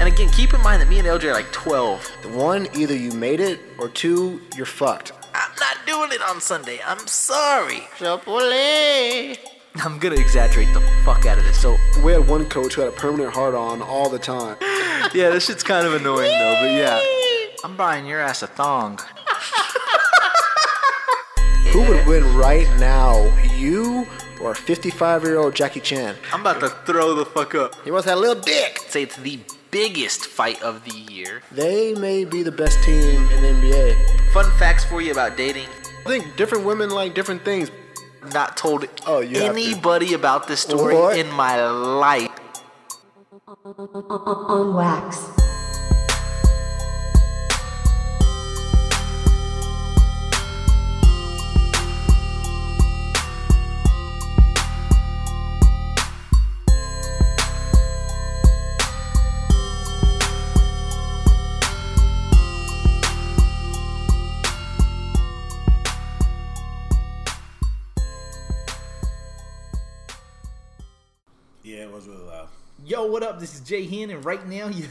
And again, keep in mind that me and LJ are like 12. One, either you made it, or two, you're fucked. I'm not doing it on Sunday. I'm sorry. Chipotle. I'm gonna exaggerate the fuck out of this. So We had one coach who had a permanent heart on all the time. yeah, this shit's kind of annoying though. But yeah, I'm buying your ass a thong. Who would win right now, you or 55 year old Jackie Chan? I'm about to throw the fuck up. He must have a little dick. Say it's the biggest fight of the year. They may be the best team in the NBA. Fun facts for you about dating. I think different women like different things. Not told Oh, you have to. anybody about this story What? in my life. on wax. Yeah, it was really loud. Yo, what up? This is Jay Hen, and right now you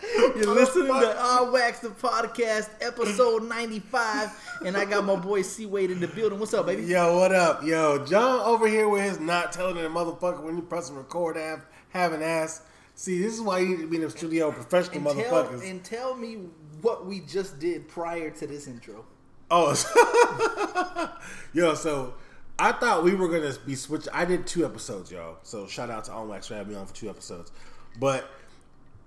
you're listening to All Wax the podcast, episode ninety five, and I got my boy C Wade in the building. What's up, baby? Yo, what up? Yo, John over here with his not telling a motherfucker when you press and record have have an ass. See, this is why you need to be in the studio with professional And tell, motherfuckers. and tell me what we just did prior to this intro. Oh, so- Oh, yo. So I thought we were gonna be switch. I did two episodes, y'all. So shout out to On Wax for having me on for two episodes. But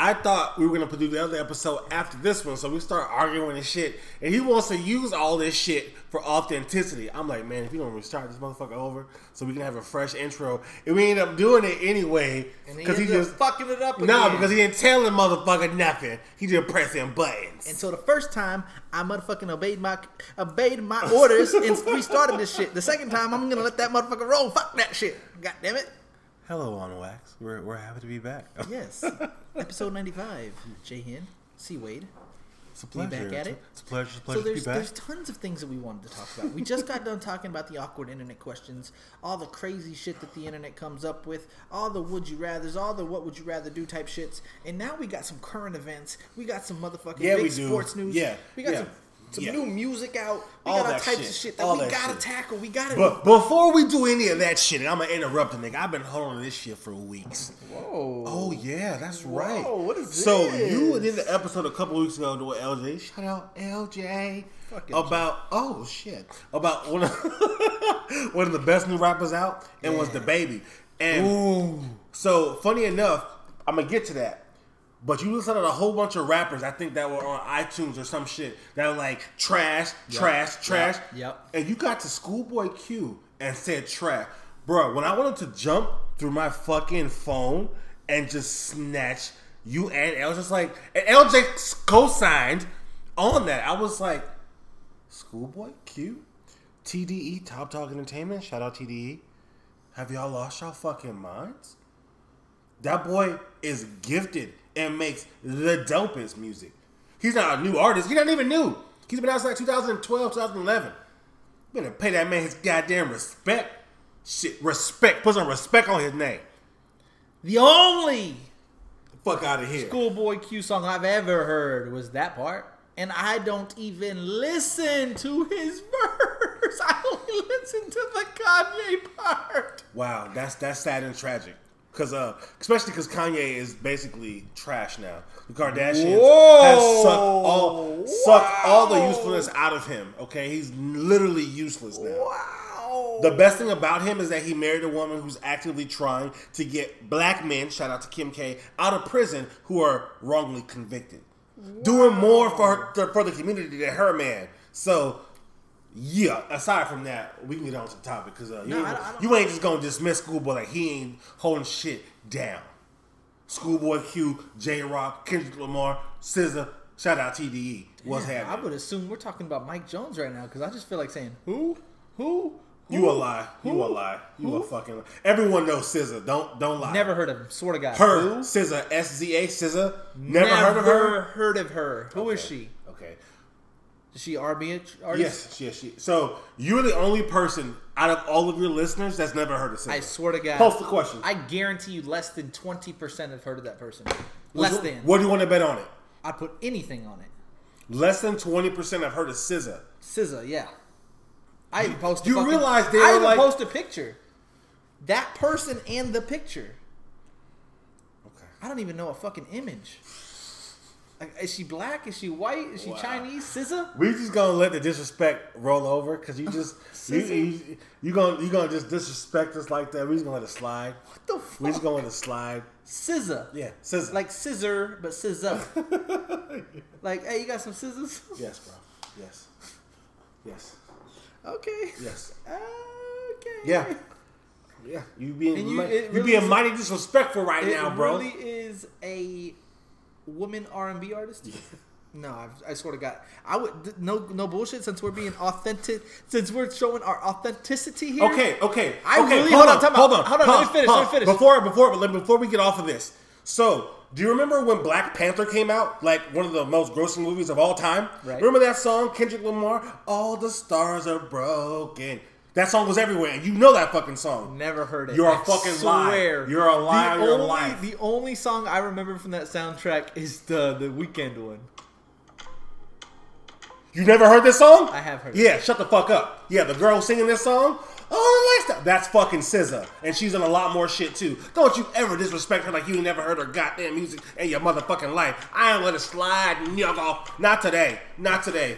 I thought we were gonna do the other episode after this one. So we start arguing and shit. And he wants to use all this shit for authenticity. I'm like, man, if you don't restart this motherfucker over, so we can have a fresh intro, and we end up doing it anyway And because he, ended up just fucking it up. Nah, again. because he didn't tell the motherfucker nothing. He just pressing buttons. And so the first time I motherfucking obeyed my obeyed my orders and we started this shit. The second time I'm gonna let that motherfucker roll. Fuck that shit. God damn it. Hello, on wax. We're, we're happy to be back. Yes. Episode ninety five. Jay Hen, C Wade. It's a We back at it? It's a pleasure. It's a So there's there's tons of things that we wanted to talk about. We just got done talking about the awkward internet questions, all the crazy shit that the internet comes up with, all the would you rather's, all the what would you rather do type shits, and now we got some current events. We got some motherfucking Yeah, big we do. sports news. Yeah, we got yeah, some, some yeah. new music out. We All got all that types shit. of shit that All we that gotta shit. tackle. We gotta. But before we do any of that shit, and I'm gonna interrupt the nigga. I've been holding this shit for weeks. Whoa. Oh yeah, that's right. what is so this? you did the episode a couple weeks ago with LJ. Shout out LJ. Fuck LJ. about oh shit about one of, one of the best new rappers out and was the baby. And so funny enough, I'm gonna get to that. But you listen to a whole bunch of rappers, I think that were on iTunes or some shit that were like trash, trash, trash. yep. And you got to Schoolboy Q and said trash, bro. When I wanted to jump through my fucking phone and just snatch you and L, just like and LJ co-signed on that. I was like, Schoolboy Q, TDE Top Dog Entertainment. Shout out TDE. Have y'all lost y'all fucking minds? That boy is gifted and makes the dopest music. He's not a new artist. He's not even new. He's been out since like 2012, 2011. We gonna pay that man his goddamn respect. Shit, respect. Put some respect on his name. the only Fuck out of here. schoolboy Q song I've ever heard was that part. And I don't even listen to his verse. I only listen to the Kanye part. Wow, that's that's sad and tragic. Cause uh, especially because Kanye is basically trash now. The Kardashians have Whoa. sucked all sucked all the usefulness out of him. Okay, he's literally useless now. Wow. The best thing about him is that he married a woman who's actively trying to get black men, shout out to Kim K, out of prison who are wrongly convicted. Doing more for her, for the community than her man. So, yeah, aside from that, we can get on to the topic because uh, you, No, I ain't- don't- I don't- you ain't just going to dismiss Schoolboy like he ain't holding shit down. Schoolboy Q, J Rock, Kendrick Lamar, SZA, shout out TDE. What's I happening? would assume we're talking about Mike Jones right now because I just feel like saying who, who, who? You a lie. You a Who? lie. You a Who? fucking lie. Everyone knows SZA. Don't don't lie. Never heard of him. Swear to God. Her Who? SZA, S Z A SZA. Never, heard of her. heard of her. Who is she? Okay. Is she RBH artist? Yes, yes, she. So you're the only person out of all of your listeners that's never heard of I Sinner? swear to God. Post the question. I guarantee you less than 20% have heard of that person. Less What- than. What do you want to bet on it? I'd put anything on it. Less than twenty percent have heard of SZA. SZA, yeah. I even posted. you fucking- realize they I were even like- post a picture. That person and the picture. Okay. I don't even know a fucking image. Like, is she black? Is she white? Is she Wow. Chinese? SZA? We just gonna let the disrespect roll over because you just you, you you gonna you gonna just disrespect us like that. We just gonna let it slide. What the We just fuck? gonna let it slide. SZA. Yeah, SZA. Like scissor, but SZA. like, hey, you got some scissors? yes, bro. Yes, yes, Okay. yes. Okay. Yeah, yeah. You being And you- mi- it you, really being is- mighty disrespectful right It now, bro. really is a woman R and B artist. No, I've, I swear to God, I would th- no no bullshit. Since we're being authentic, since we're showing our authenticity here. Okay, okay. I okay, really- hold on, time out. Hold on, let me finish, let me finish. Before, before, let- before we get off of this. So, do you remember when Black Panther came out? Like one of the most grossing movies of all time. Right. Remember that song, Kendrick Lamar? All the stars are broken. That song was everywhere, and you know that fucking song. Never heard it. You're a a fucking liar. You're a liar, The you're a only, liar. The only song I remember from that soundtrack is the the weekend one. You never heard this song? I have heard it. Yeah, shut the fuck up. Yeah, the girl singing this song. Oh, the lifestyle. That's fucking SZA, and she's in a lot more shit too. Don't you ever disrespect her like you ain't never heard her goddamn music in your motherfucking life. I ain't let it slide, y'all. Not today. Not today.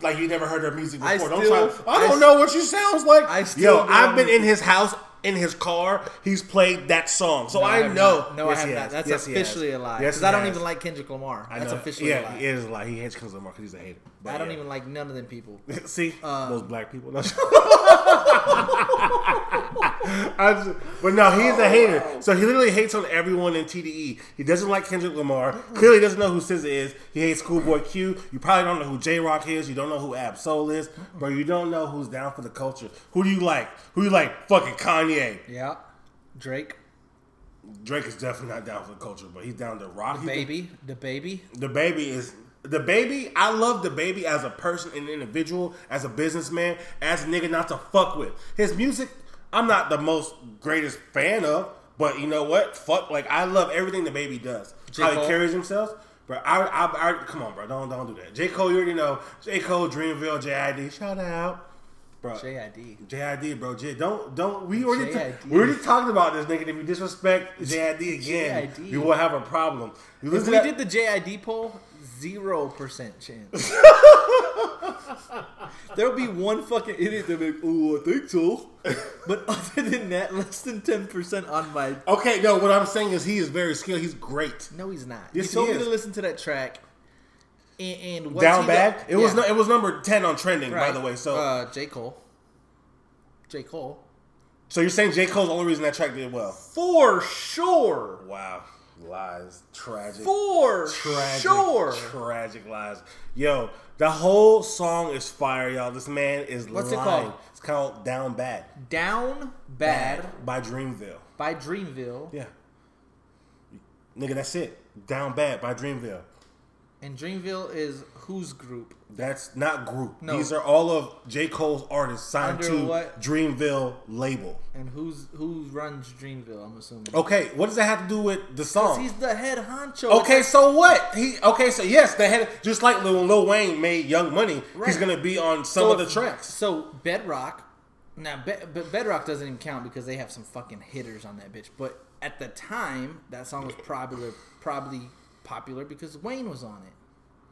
Like you never heard her music before. I don't still- try. I I don't s- know what she sounds like. I still Yo, I've been don't- in his house, in his car. He's played that song, so No, Oh, I, have know. not. No, Yes, I have he not. has. That's Yes, he has. officially a lie. Yes, Because he I don't has. even like Kendrick Lamar. I That's know. officially yeah, a lie. it is a lie. He hates Kendrick Lamar because he's a hater. But I don't yeah. even like none of them people. See those black people. No. I was- but no, he's a hater. So he literally hates on everyone in TDE. He doesn't like Kendrick Lamar. Clearly doesn't know who SZA is. He hates Schoolboy Q. You probably don't know who J Rock is. You don't know who Ab Soul is. But you don't know who's down for the culture. Who do you like? Who you like? Fucking Kanye. Yeah, Drake, Drake is definitely not down for the culture, but he's down to rock. He can- baby, the baby. the baby is the baby. I love the baby as a person, an individual, as a businessman, as a nigga not to fuck with. His music, I'm not the most greatest fan of, but you know what? Fuck, like I love everything the baby does. J. How he Cole? carries himself, but I, I, I, come on, bro, don't, don't do that. J Cole, you already know. J Cole, Dreamville, JID, shout out, bro. JID. JID, bro. J, don't, don't. We already, ta- JID. we already talked about this nigga. If you disrespect JID again, JID. you will have a problem. You If listen we to- did the JID poll, zero percent chance. There'll be one fucking idiot that'll be like, "Oh, I think so," but other than that, less than ten percent on my. Okay, no, what I'm saying is he is very skilled. He's great. No, he's not. Yes, you he told me is. to listen to that track. And, and what's Down he bad. got- It was Yeah, no, it was number ten on trending, by right. the way. So, uh, J Cole, J Cole, so you're saying J Cole's the only reason that track did well? for sure, Wow, lies, tragic, for tragic, sure. tragic lies. Yo, the whole song is fire, y'all. This man is What's it lying. called? It's called Down Bad Down Bad by Dreamville. by Dreamville. Yeah, nigga, that's it. Down Bad by Dreamville. And Dreamville is whose group? That's not group. No. These are all of J Cole's artists signed Under to what- Dreamville label. And who's who runs Dreamville, I'm assuming. Okay, what does that have to do with the He's song? the head honcho. Okay, so what? He okay, so yes, they had just like Lil, Lil Wayne made Young Money. He's Right. gonna be on some So of the if- tracks. So Bedrock, now Be- but Bedrock doesn't even count because they have some fucking hitters on that bitch. But at the time, that song was probably probably popular because Wayne was on it.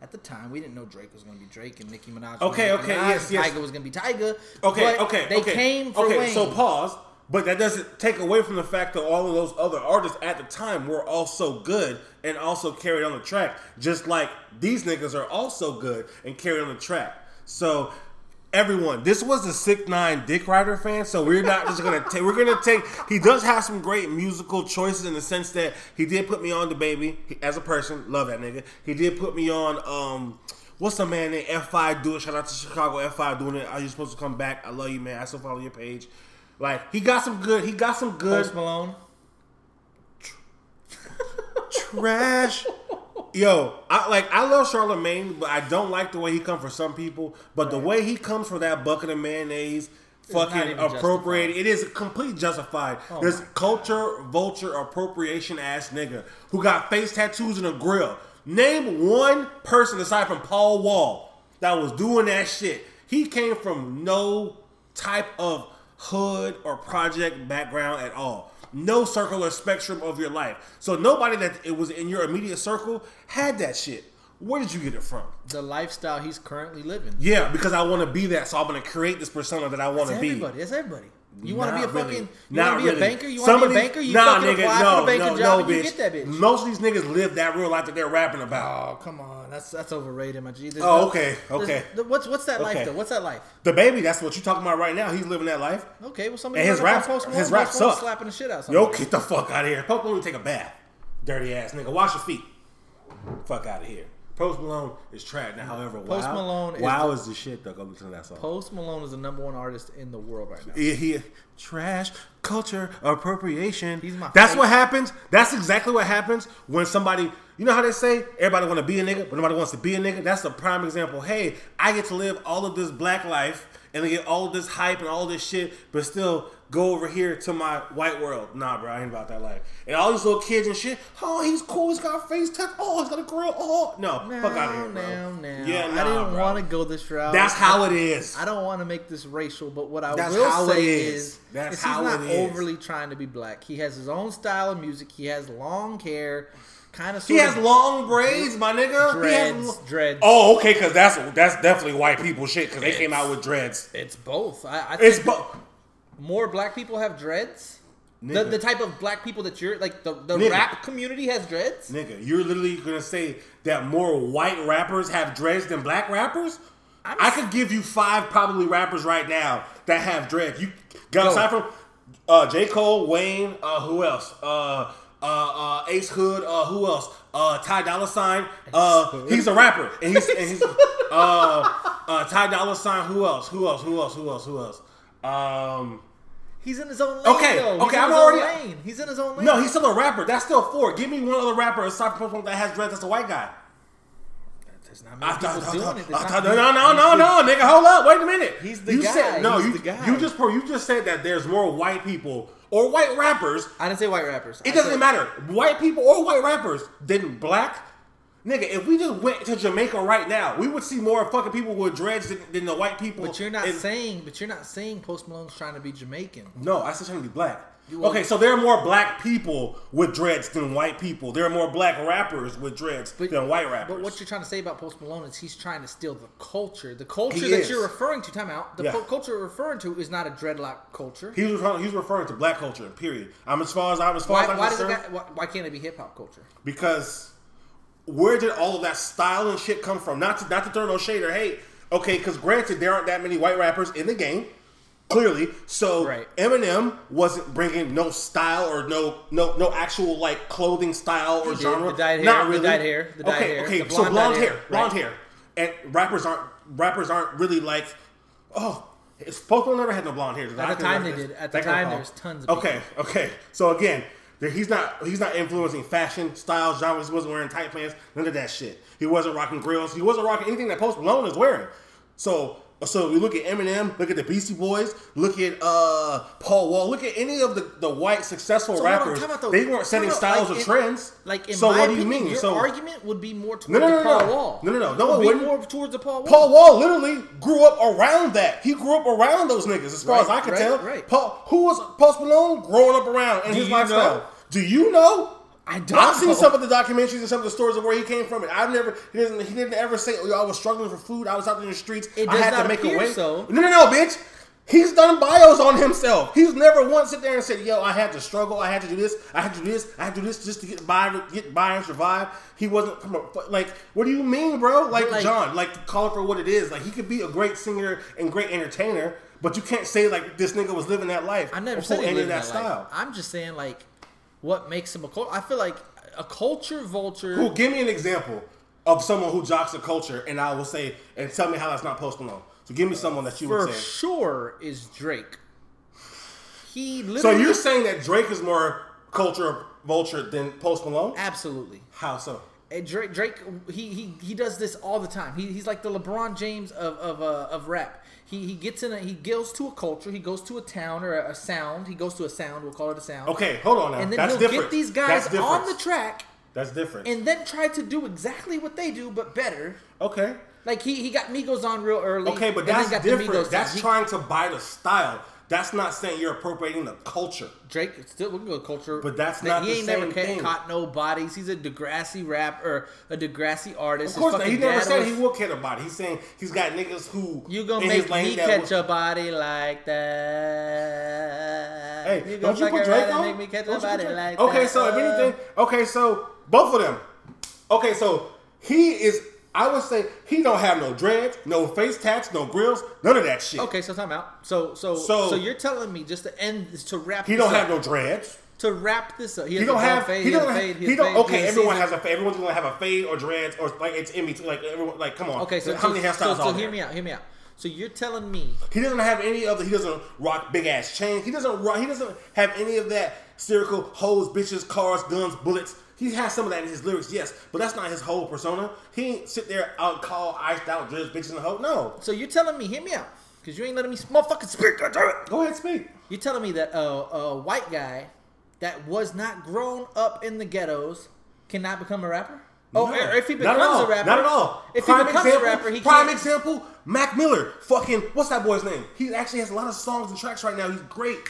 At the time, we didn't know Drake was going to be Drake and Nicki Minaj. was Okay, gonna be okay, Nicki Minaj, yes, and yes. Tyga was going to be Tyga. Okay, but okay, They okay. came for okay, Wayne. so pause, but that doesn't take away from the fact that all of those other artists at the time were also good and also carried on the track, just like these niggas are also good and carried on the track. So. Everyone, this was the Sick Nine Dick Rider fan, so we're not just gonna take. We're gonna take. He does have some great musical choices in the sense that he did put me on the baby as a person. Love that nigga. He did put me on. Um, What's the man named F5 doing? Shout out to Chicago F5 doing it. Are you supposed to come back? I love you, man. I still follow your page. Like he got some good. He got some good Post Malone. trash. Yo, I like I love Charlemagne, but I don't like the way he come for some people. But the way he comes for that bucket of mayonnaise, fucking even appropriated. It is completely justified. There's culture vulture appropriation ass nigga who got face tattoos and a grill. Name one person aside from Paul Wall that was doing that shit. He came from no type of hood or project background at all. No circle or spectrum of your life. So nobody that it was in your immediate circle had that shit. Where did you get it from? the lifestyle he's currently living. Yeah, because I want to be that, so I'm going to create this persona that I want to That's be. everybody. That's everybody. You want to Not be a fucking, really. you Not want to be really. a banker. You want to Some be a of these- banker. You nah, fucking nigga, apply no, for a banking no, job no, and you bitch. get that bitch. Most of these niggas live that real life that they're rapping about. Oh come on, that's that's overrated, my G. There's Oh, no- okay, there's- okay. th- What's what's that Okay. life though? What's that life? The baby, that's what you talking about right now. He's living that life. Okay, well somebody And his run up on rap- Post Malone, his rap Post Malone's suck. slapping the shit out. of Yo, somebody. get the fuck out of here. Post Malone, take a bath. Dirty ass nigga. Wash your feet. Fuck out of here. Post Malone is trash now. However, Post wow, Malone is wow is the shit though. Go listen to that song. Post Malone is the number one artist in the world right now. Yeah, he trash culture appropriation. He's my That's favorite. what happens. That's exactly what happens when somebody. You know how they say everybody want to be a nigga, but nobody wants to be a nigga. That's the prime example. Hey, I get to live all of this black life and get all this hype and all this shit, but still go over here to my white world. Nah, bro, I ain't about that life. And all these little kids and shit. Oh, he's cool. He's got a face tuck. Oh, he's got a grill. Oh, no, Now, fuck out of here, bro. now, now. Yeah, I nah, didn't bro. want to go this route. That's how it is. I don't want to make this racial, but what I That's will how say it is. is, That's is how he's not it is. overly trying to be black. He has his own style of music. He has long hair, kind of. He has long braids, my nigga. he dreads. has lo- dreads. Oh, okay, because that's that's definitely white people shit because they came out with dreads. It's both. I, I It's think bo- more black people have dreads. The, Nigga. the type of black people that you're like the, the Nigga. rap community has dreads. nigga. You're literally gonna say that more white rappers have dreads than black rappers? i could give you five probably rappers right now that have dreads. You got Go. aside from uh, J Cole, Wayne, uh, who else? Uh, uh, uh, Ace Hood, uh, who else? Uh, Ty Dolla Sign. Uh, he's a rapper, and he's, and he's uh, uh, Ty Dolla Sign. Who else? Who else? Who else? Who else? Who else? Um, He's in his own lane. Okay, though. okay, He's in I'm his already- own lane. He's in his own lane. no, he's still a rapper. That's still four. Give me one other rapper aside from Post Malone that has dreads. That's a white guy. There's not I many thought, people doing it. There's I not thought- many- no, no, no, no, nigga, hold up, wait a minute. He's the you guy, Said, no, he's you, the guy. you just pro- you just said that there's more white people or white rappers. I didn't say white rappers. It I doesn't said- matter, white people or white rappers than black. Nigga, if we just went to Jamaica right now, we would see more fucking people with dreads than, than the white people. But you're not in- saying. But you're not saying Post Malone's trying to be Jamaican. No, I said trying to be black. are- Okay, so there are more black people with dreads than white people. There are more black rappers with dreads But, than white rappers. But what you're trying to say about Post Malone is he's trying to steal the culture. The culture He that is. you're referring to, time out. The Yeah. po- culture you're referring to is not a dreadlock culture. He was referring, he was referring to black culture. Period. I'm as far as I'm as far why, as I'm why, does it concerned got, why, why can't it be hip hop culture? because where did all of that style and shit come from? Not to not to throw no shade or hate. Okay, because granted, there aren't that many white rappers in the game. Clearly, so Right. Eminem wasn't bringing no style or no no no actual like clothing style or did. genre. The dyed hair, Not the really. dyed hair, the dyed okay, hair, okay. the so blonde blonde dyed hair, hair, blonde right. hair, and rappers aren't rappers aren't really like oh. it's- Post Malone never had no blonde hair. At the time they did. At the time, there's there's tons of Okay, okay. So again, there, he's not he's not influencing fashion, styles, genres. He wasn't wearing tight pants, none of that shit. He wasn't rocking grills. He wasn't rocking anything that Post Malone is wearing. So so we look at Eminem, look at the Beastie Boys, look at uh Paul Wall, look at any of the, the white successful So hold on, rappers. time out, though. They weren't setting No, no, styles like or in- trends. Like, in so my what opinion, do you mean? Your so argument would be more towards no, no, the Paul no. Wall. No, no, no. No, It it would be wouldn't. more towards the Paul Wall. Paul Wall literally grew up around that. He grew up around those niggas, as far Right, as I can right, tell. right. Paul, who was Post Malone growing up around and Do his you lifestyle? know? Do you know? I don't. I've seen know. some of the documentaries and some of the stories of where he came from, and I've never he didn't he didn't ever say, "Oh, yo, I was struggling for food. I was out there in the streets. It I does had to not make a appear way." so. No, no, no, bitch. He's done bios on himself. He's never once sit there and said, "Yo, I had to struggle. I had to do this. I had to do this. I had to do this just to get by, get by and survive." He wasn't from a, like, what do you mean, bro? Like, like- John, like, call it for what it is. Like, he could be a great singer and great entertainer, but you can't say like this nigga was living that life. I never or said he any lived of that life. I'm just saying, like, what makes him a culture? I feel like a culture vulture. Who give me an example of someone who jocks a culture, and I will say and tell me how that's not Post Malone. So give me someone that you for would say. sure is Drake. He So literally. you're saying that Drake is more culture vulture than Post Malone? absolutely. How so? And Drake, Drake, he he, he does this all the time. He, he's like the LeBron James of of, uh, of rap. He he gets in a he goes to a culture. He goes to a town or a, a sound. He goes to a sound. We'll call it a sound. Okay, hold on now. And then That's he'll different. get these That's guys different. on the track That's different. and then try to do exactly what they do but better. okay. Like he, he got Migos on real early. Okay, but and then that's got the Migos different. That's on. He- trying to buy the style. That's not saying you're appropriating the culture. Drake still we can go culture, But that's That not he the ain't never same ca- thing. caught no bodies. He's a Degrassi rap or a Degrassi artist. Of course, not. His he fucking never dad said was- he will care about it. He's saying he's got niggas who You gonna in make his lane me that catch was- a body like that? Hey, you don't you gonna fuck put around Drake and on? make me catch Don't a you put body Drake- like okay, that? so if anything, okay, so both of them. Okay, so he is. I would say he don't have no dreads, no face tats, no grills, none of that shit. Okay, so time out. So, so, so, So- you're telling me just to end this, to wrap. He this don't up, have no dreads. To wrap this up, he, He has a don't bald have. Fade, He has don't. a have- fade, He has don't. fade, Okay, has everyone season. has a. fa- Everyone's gonna have a fade or dreads or like it's in between. Like everyone. Like come on. Okay, so how many so, hairstyles so, are so there? hear me out. Hear me out. So you're telling me He doesn't have any of the. He doesn't rock big ass chains. He doesn't rock. He doesn't have any of that circle hoes, bitches, cars, guns, bullets. He has some of that in his lyrics, yes, but that's not his whole persona. He ain't sit there out call iced out dreads, bitches, and hoe. No, So you're telling me, hear me out, because you ain't letting me s- motherfucking speak. God damn it. go ahead, speak. You're telling me that uh, a white guy that was not grown up in the ghettos cannot become a rapper? Oh, No, or if he not at becomes all, a rapper, not at all. If he Prime becomes example- a rapper, he prime can't. example, Mac Miller. Fucking what's that boy's name? He actually has a lot of songs and tracks right now. He's great.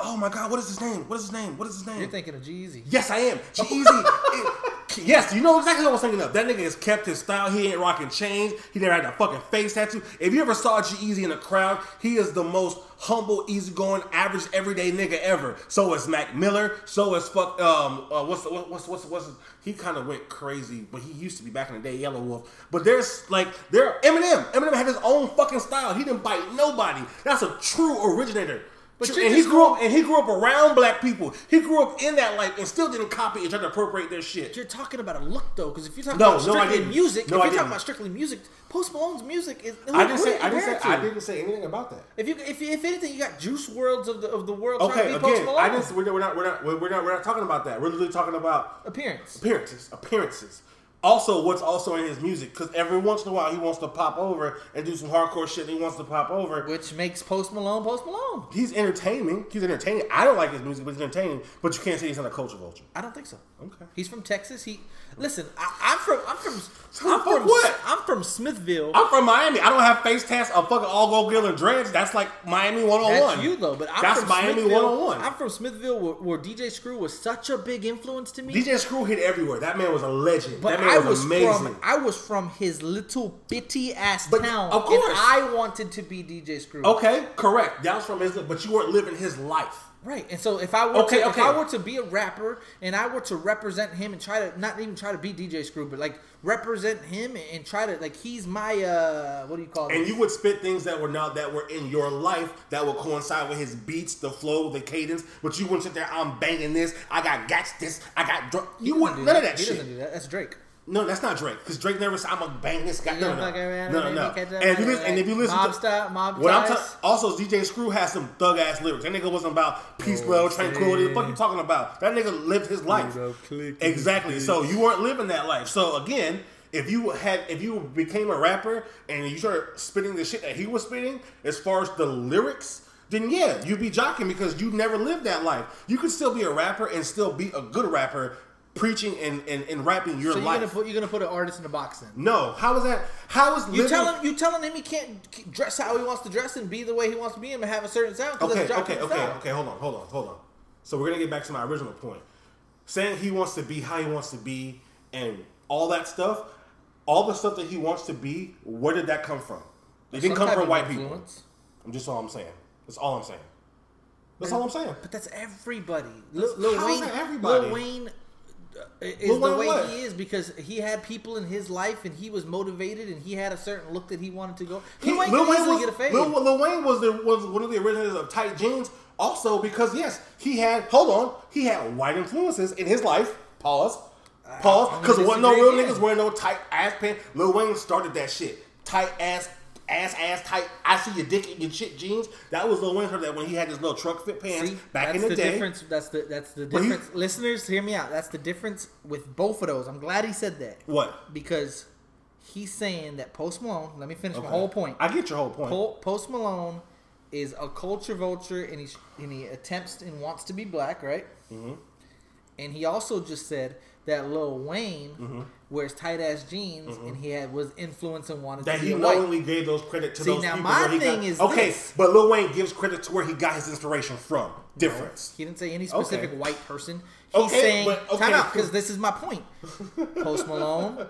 Oh my god, what is his name? What is his name? What is his name? You're thinking of Jeezy. Yes, I am. Jeezy. yes, you know exactly what I was thinking of. That nigga has kept his style. He ain't rocking chains. He never had that fucking face tattoo. If you ever saw G-Eazy in a crowd, he is the most humble, easygoing, average, everyday nigga ever. So is Mac Miller. So is fuck. Um, uh, what's the, what- what's what's what's his- he kind of went crazy, but he used to be back in the day, Yellow Wolf. But there's like there Eminem. Eminem had his own fucking style. He didn't bite nobody. That's a true originator. But True- you and he just grew up and he grew up around black people. He grew up in that life and still didn't copy and try to appropriate their shit. You're talking about a look though, because if you're talking No, about no, I strictly didn't. music, No, if I you're talking didn't. about strictly music, Post Malone's music is. Who, I didn't who say do you I didn't compare say it to? I didn't say anything about that. If you, if, if anything, you got Juice Worlds of the of the world Okay, trying to be Post again, Malone I didn't. We're not. We're not. We're not. We're not, we're not talking about that. We're literally talking about appearance. appearances. Appearances. Also, what's also in his music? Because every once in a while, he wants to pop over and do some hardcore shit. And he wants to pop over. Which makes Post Malone Post Malone. He's entertaining. He's entertaining. I don't like his music, but he's entertaining. But you can't say he's not a culture vulture. I don't think so. Okay. He's from Texas. He listen. I, I'm from. I'm from. the I'm fuck from. what? I'm from Smithville. I'm from Miami. I don't have face tats of fucking all gold gill and dreads. That's like Miami 101. That's you though. But I'm That's from Miami Smithville. 101. I'm from Smithville, where, where DJ Screw was such a big influence to me. DJ Screw hit everywhere. That man was a legend. but that man I was amazing. from. I was from his little bitty ass But, town. of course. and I wanted to be DJ Screw. okay, correct. That was from his, but you weren't living his life. Right, and so if I were Okay, to, if okay. I were to be a rapper and I were to represent him and try to not even try to be DJ Screw, but like represent him and, and try to like he's my uh what do you call it? And you would spit things that were not that were in your life that would coincide with his beats, the flow, the cadence. But you wouldn't sit there. I'm banging this. I got gats. This. I got. Dr-. You He wouldn't doesn't none do of that he shit. doesn't do that. That's Drake. No, that's not Drake. Because Drake never said, "I'm gonna bang this guy." No, no, Fuck no, around no, and no. make it And if you listen, and if you listen mob to style- mob what I'm ties. talking, also DJ Screw has some thug ass lyrics. That nigga wasn't about peace, Oh, love, tranquility. The fuck you talking about? That nigga lived his life. Exactly. So you weren't living that life. So again, if you had, if you became a rapper and you started spitting the shit that he was spitting, as far as the lyrics. Then yeah, you'd be jocking because you never lived that life. You could still be a rapper and still be a good rapper, preaching and, and, and rapping your So you're life. gonna put you're gonna put an artist in a box then. No, how is that? How is You living? tell him you telling him he can't k- dress how he wants to dress and be the way he wants to be and have a certain sound. 'cause okay, that's okay, Drake okay, style. okay. Hold on, hold on, hold on. So we're gonna get back to my original point. Saying he wants to be how he wants to be and all that stuff, all the stuff that he wants to be, where did that come from? It didn't Some come type from of white influence. people. I'm just all I'm saying. That's all I'm saying. That's all I'm saying. But that's everybody. Lil, Lil how is Wayne. that everybody? Lil Wayne uh, is Lil the Wayne way what? he is because he had people in his life and he was motivated and he had a certain look that he wanted to go. He- Lil Wayne can easily was, get a fade. Lil, Lil Wayne was the was one of the originators of tight jeans. Also, because yes, he had hold on, he had white influences in his life. Pause, pause, I'm gonna because there wasn't no disagree real again. niggas wearing no tight ass pants. Lil Wayne started that shit. Tight ass ass ass tight. I see your dick in your shit jeans. That was Lil Wayne heard that when he had his little truck fit pants See, back that's in the, day. difference. That's the that's the he- difference. Listeners, hear me out. That's the difference with both of those. I'm glad he said that. What? Because he's saying that Post Malone. Let me finish my Okay. whole point. I get your whole point. Po- Post Malone is a culture vulture, and he and he attempts and wants to be black, right? Mm-hmm. And he also just said that Lil Wayne Mm-hmm. wears tight ass jeans, and he had was influenced and wanted that to he be white. knowingly gave those credit to See, those now people. my where he thing got, is okay, this. but Lil Wayne gives credit to where he got his inspiration from. Difference. He didn't say any specific Okay. white person. He's Okay, saying, but- okay, time out, cool. because this is my point. Post Malone,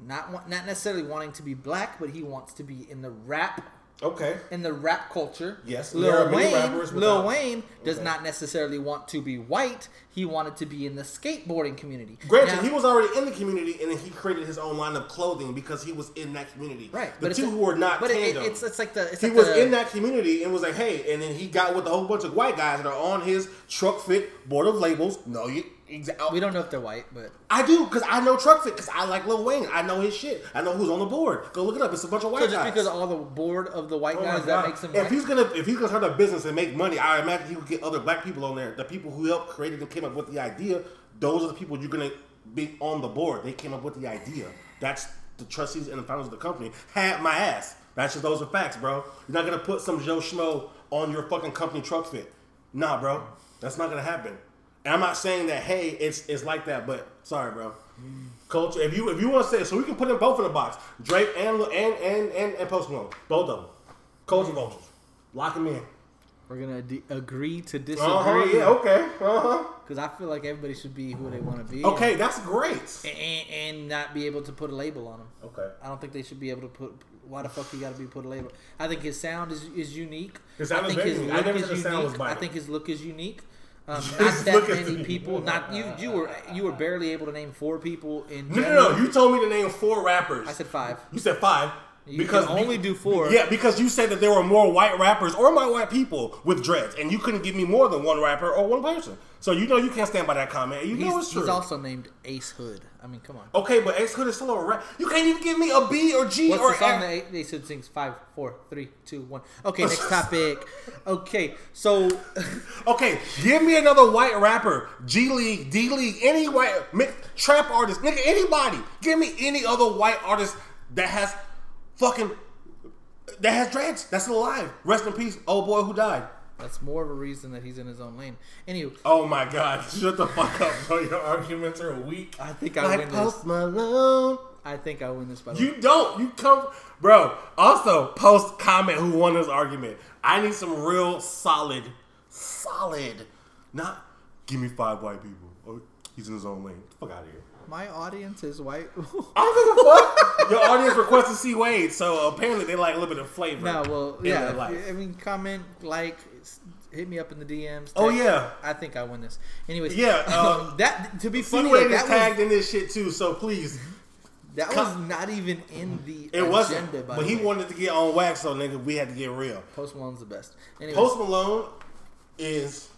not wa- not necessarily wanting to be black, but he wants to be in the rap Okay. in the rap culture. Yes, and there Lil are many Wayne. rappers without- Lil Wayne does Okay. not necessarily want to be white. He wanted to be in the skateboarding community. Granted, Now- he was already in the community, and then he created his own line of clothing because he was in that community. right, The it's two a- who are not But it- tandem. it, it's it's like the it's he like was the- in that community and was like, "Hey," and then he got with a whole bunch of white guys that are on his truck fit board of labels. No, you. We Exactly. don't know if they're white, but I do because I know truck fit because I like Lil Wayne. I know his shit. I know who's on the board. Go look it up. It's a bunch of white so just guys. because all the board of the white Oh my guys that God. makes them if white. he's gonna if he's gonna start a business and make money, I imagine he would get other black people on there. The people who helped created and came up with the idea, those are the people you're gonna be on the board. They came up with the idea. That's the trustees and the founders of the company. Had my ass. That's just those are facts, bro. You're not gonna put some Joe Schmo on your fucking company truck fit. Nah, bro. That's not gonna happen. And I'm not saying that hey, it's it's like that, but sorry, bro. Culture. If you if you want to say so, we can put them both in a box. Drake and and and and, and Post Malone, both of them. Culture vultures. Lock them in. We're gonna de- agree to disagree. Uh huh. Yeah. Okay. Uh huh. Because I feel like everybody should be who they want to be. Okay. That's great. And, and, and not be able to put a label on them. Okay. I don't think they should be able to put. Why the fuck he got to be put a label? I think his sound is, is unique. His sound I is think very unique. I never said the sound was unique. I biting. think his look is unique. Um, not His that look is many unique. people. Not you. You were you were barely able to name four people in. No, no, general. no. You told me to name four rappers. I said five. You said five. You because can only do four. Yeah, because you said that there were more white rappers or more white people with dreads, and you couldn't give me more than one rapper or one person. So you know you can't stand by that comment. You He's, know it's true. Oh, he's also named Ace Hood. I mean, come on. okay, but X Hood is still a rap. You can't even give me a B or G What's or the song F. that A- Ace Hood sings? Five, four, three, two, one. Okay, next topic. Okay, so Okay, give me another white rapper, G League, D League, any white mi- trap artist, nigga, anybody. Give me any other white artist that has fucking that has dreads. That's still alive. Rest in peace, old boy who died. that's more of a reason that he's in his own lane. Anywho, Oh my god, shut the fuck up, bro. Your arguments are weak. I think I win like this. Post Malone. I think I win this by the way. You don't. You come, bro. Also, post comment who won this argument. I need some real solid, solid. Not give me five white people. Oh, he's in his own lane. Fuck out of here. My audience is white. I don't give a fuck. Your audience requested C Wade, so apparently they like a little bit of flavor. no, well, in yeah. their if life. you- I mean, comment, like, s- hit me up in the DMs. Oh, text. yeah. I think I win this. Anyways, Yeah, uh, um, that to be C funny, though, Wade is that, was, tagged in this shit too, so please. that co- was not even in the It agenda. wasn't, by but the he way. wanted to get on wax, so nigga, we had to get real. Post Malone's the best. Anyways, Post Malone is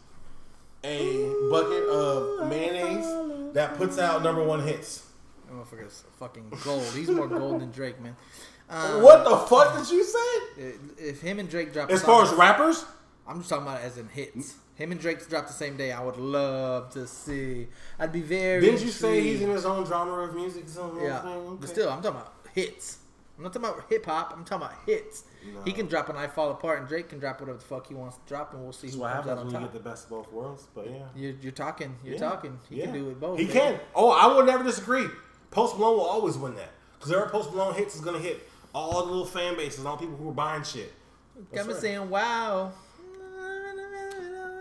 a bucket of mayonnaise that puts out number one hits. that motherfucker's fucking gold. He's more gold than Drake, man. Um, What the fuck did you say? i- If him and Drake drop, a As far song- as rappers, I'm just talking about as in hits. Him and Drake's dropped the same day. I would love to see. I'd be very. didn't you say he's intrigued. in his own genre of music? So Yeah, but still, I'm talking about hits. I'm not talking about hip hop. I'm talking about hits. He can drop an "I Fall Apart" and Drake can drop whatever the fuck he wants to drop, and we'll see that's who what comes happens out on when you get top. the best of both worlds. But yeah, You're, you're talking. You're Yeah. talking. He can Yeah. do it both. He baby. can. Oh, I will never disagree. Post Malone will always win that because every Post Malone hits is gonna hit all the little fan bases, all the people who are buying shit. Got That's me right. saying, "Wow."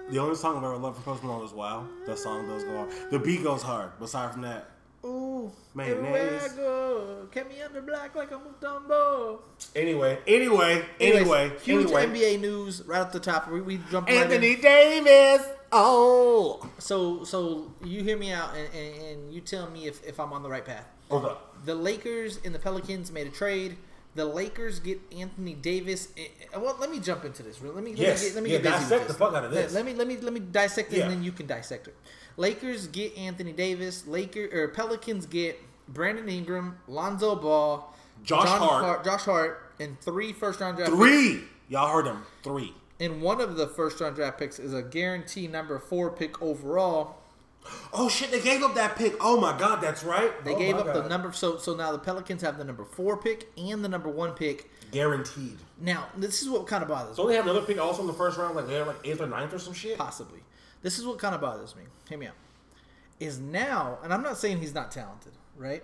The only song I've ever loved from Post Malone is "Wow." That song does go hard. The beat goes hard. But aside from that, Ooh, Man, everywhere nice. I go, kept me under black like I'm a Dumbo. Anyway, anyway, Anyways, anyway, huge anyway. NBA news right off the top. We, we jumped right in. Anthony Davis. Oh. So, so you hear me out, and, and, and you tell me if, if I'm on the right path. Okay. The Lakers and the Pelicans made a trade. The Lakers get Anthony Davis. Eh, eh, Well, let me jump into this. Let me let Yes. me get, let me Yeah, get busy dissect with the this. fuck out of Let- this. Let me let me let me dissect it, Yeah. and then you can dissect it. Lakers get Anthony Davis. Laker or Pelicans get Brandon Ingram, Lonzo Ball, Josh John Hart. Josh Hart, and three first round draft Three. Y'all heard him. Three. picks. And one of the first round draft picks is a guaranteed number four pick overall. Oh shit! They gave up that pick. Oh my god, that's right. Oh, They gave up the number so so now the Pelicans have the number four pick and the number one pick. guaranteed. Now this is what kind of bothers So me. they have another pick also in the first round, like they're like eighth or ninth or some shit. Possibly, this is what kind of bothers me. Hear me out. Is now, and I'm not saying he's not talented, right?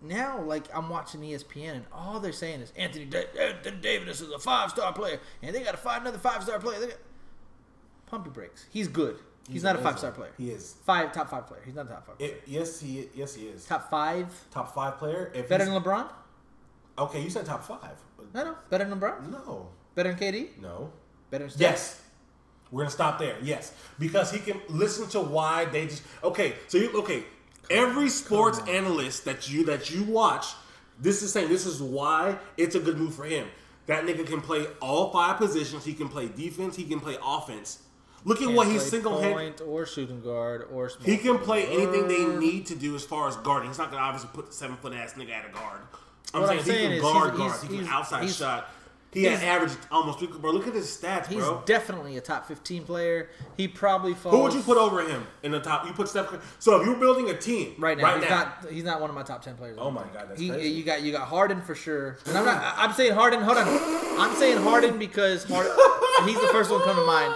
Now, like I'm watching E ESPN, and all they're saying is Anthony da- Anthony Davis is a five star player, and they got to find another five star player. They got... Pump your brakes. He's good. He's, not a amazing. five star player. He is. five top five player. He's not a top five. Player. It- yes, he yes he is Top five. top five player. If Better he's- than LeBron? okay, you said top five. No, no. Better than LeBron? No, Better than KD? no. Better than Steph? Yes. We're gonna stop there. Yes, because he can listen to why they just okay. So you okay? Every sports analyst that you that you watch, this is saying this is why it's a good move for him. That nigga can play all five positions. He can play defense. He can play offense. Look at what he's play single handed. point or shooting guard or small. He can play anything they forward. need to do as far as guarding. He's not gonna obviously put the seven foot ass nigga at a guard. I'm What saying, I'm saying he is can guard, he's- guard. he's- he can he's- outside he's- shot. He had he's- averaged almost three. Bro, look at his stats, He's bro. definitely a top 15 player. He probably falls. Who would you put over him in the top? You put Steph. Curry. So if you're building a team right now? he's not. He's not one of my top 10 players. Oh my God, that's He, crazy. you got you got Harden for sure. And I'm not. I- I'm saying Harden. Hold on. I'm saying Harden because Harden, he's the first one come to mind.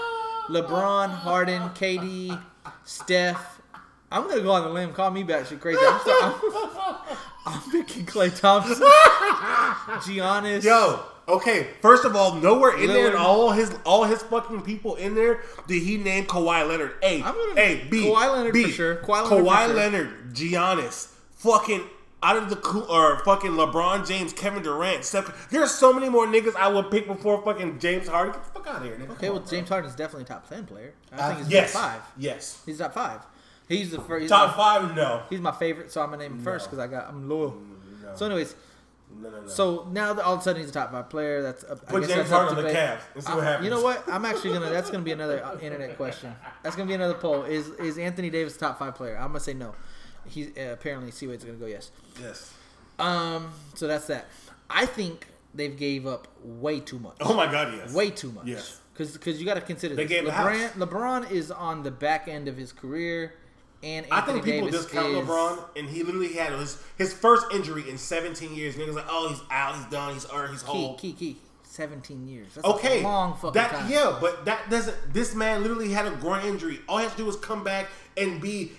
LeBron, Harden, KD, Steph. I'm gonna go on the limb. Call me batshit crazy. I'm, so, I'm, I'm picking Clay Thompson, Giannis. yo, okay. First of all, nowhere in there, Lillard. in all his all his fucking people in there, did he name Kawhi Leonard? A, I'm gonna- A, B, Kawhi Leonard B, for sure. Kawhi Kawhi Leonard, Leonard for sure. Giannis, fucking out of the coo- or fucking LeBron James, Kevin Durant, Steph. There's so many more niggas I would pick before fucking James Harden. Get the fuck out of here, nigga. Okay, Come well on, James Harden's definitely a top 10 player. bro. I think he's Uh, yes, top five. Yes, He's top five. He's the first. He's top my, five. No, He's my favorite, so I'm gonna name him first because I got I'm loyal. So, anyways, no, Mm, no, no. so now that all of a sudden he's a top five player. That's up, I Put James guess that's up Harden to on the debate. Cavs and see what Uh, happens. You know what? I'm actually gonna. That's gonna be another uh, internet question. That's gonna be another poll. Is is Anthony Davis a top five player? I'm gonna say no. He uh, apparently C Wade's gonna go yes. yes. Um, so that's that. I think they've gave up way too much. Oh my God, yes. way too much. Yes. Because you got to consider They this. gave the LeBron, house. LeBron is on the back end of his career, and I Anthony think people Davis discount is- LeBron, and he literally had his his first injury in 17 years. Niggas like, oh, he's out, he's done, he's hurt, he's Key, old. key, key. Seventeen years. That's Oh. Okay, a long fucking that time. yeah, but that doesn't. This man literally had a groin injury. All he has to do is come back and be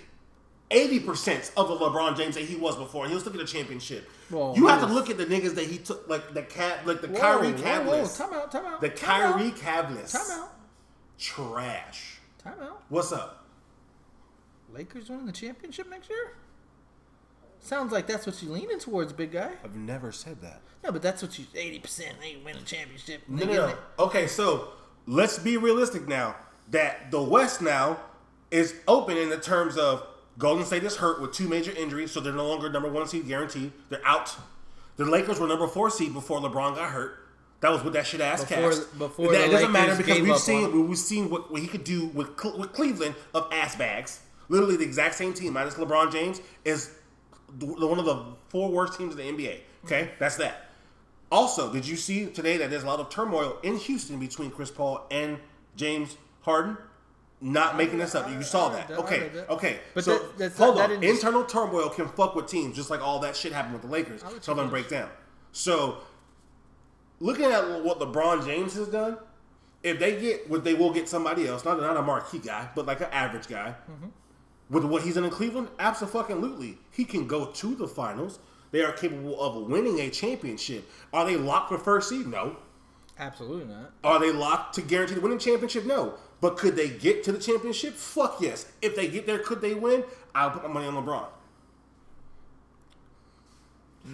80 percent of the LeBron James that he was before, and he was still get a championship. Well, you have he to was- look at the niggas that he took, like the cat, like the Whoa, Kyrie whoa, Cavs, whoa, Time out. Time out. the time Kyrie Out, Cavs, time out. trash. Time out. What's up? Lakers winning the championship next year. Sounds like that's what you're leaning towards, big guy. I've never said that. No, but that's what you. Eighty percent. They win the championship. and No, they no, get no. it. Okay, so let's be realistic now. That the West now is open in the terms of Golden State is hurt with two major injuries, so they're no longer number one seed guaranteed. They're out. The Lakers were number four seed before LeBron got hurt. That was with that shit ass Before- cast. before that the it doesn't matter Lakers because gave we've up seen on we've seen what, what he could do with Cle- with Cleveland of ass bags. Literally the exact same team minus LeBron James is the- one of the four worst teams in the NBA. Okay, that's that. Also, did you see today that there's a lot of turmoil in Houston between Chris Paul and James Harden? Not making this up. You saw that. I Okay. read that. Okay. But so that- that's hold not- on. that didn't- Internal turmoil can fuck with teams, just like all that shit happened with the Lakers. let So you them finish. break down. So looking at what LeBron James has done, if they get what they will get somebody else, not not a marquee guy, but like an average guy, with what he's done in Cleveland, absolutely, he can go to the finals. They are capable of winning a championship. Are they locked for first seed? No. Absolutely not. Are they locked to guarantee the winning championship? No. But could they get to the championship? Fuck yes. If they get there, could they win? I'll put my money on LeBron.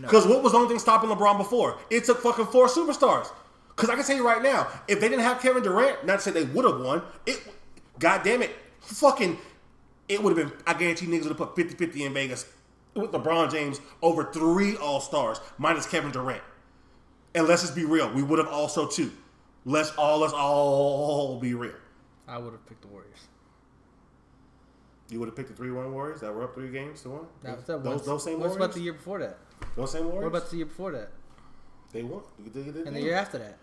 Because what was the only thing stopping LeBron before? It took fucking four superstars. Because I can tell you right now, if they didn't have Kevin Durant, not to say they would have won, it, god damn it, fucking, it would have been, I guarantee niggas would have put 50 50 in Vegas with LeBron James over three All Stars minus Kevin Durant. And let's just be real, we would have also too. Let's all let's all be real. I would have picked the Warriors. You would have picked the three one Warriors that were up three games to one. That, that those, was, those same what Warriors. about the year before that? those same Warriors. What about the year before that? They won. They- they- they- And the year after that.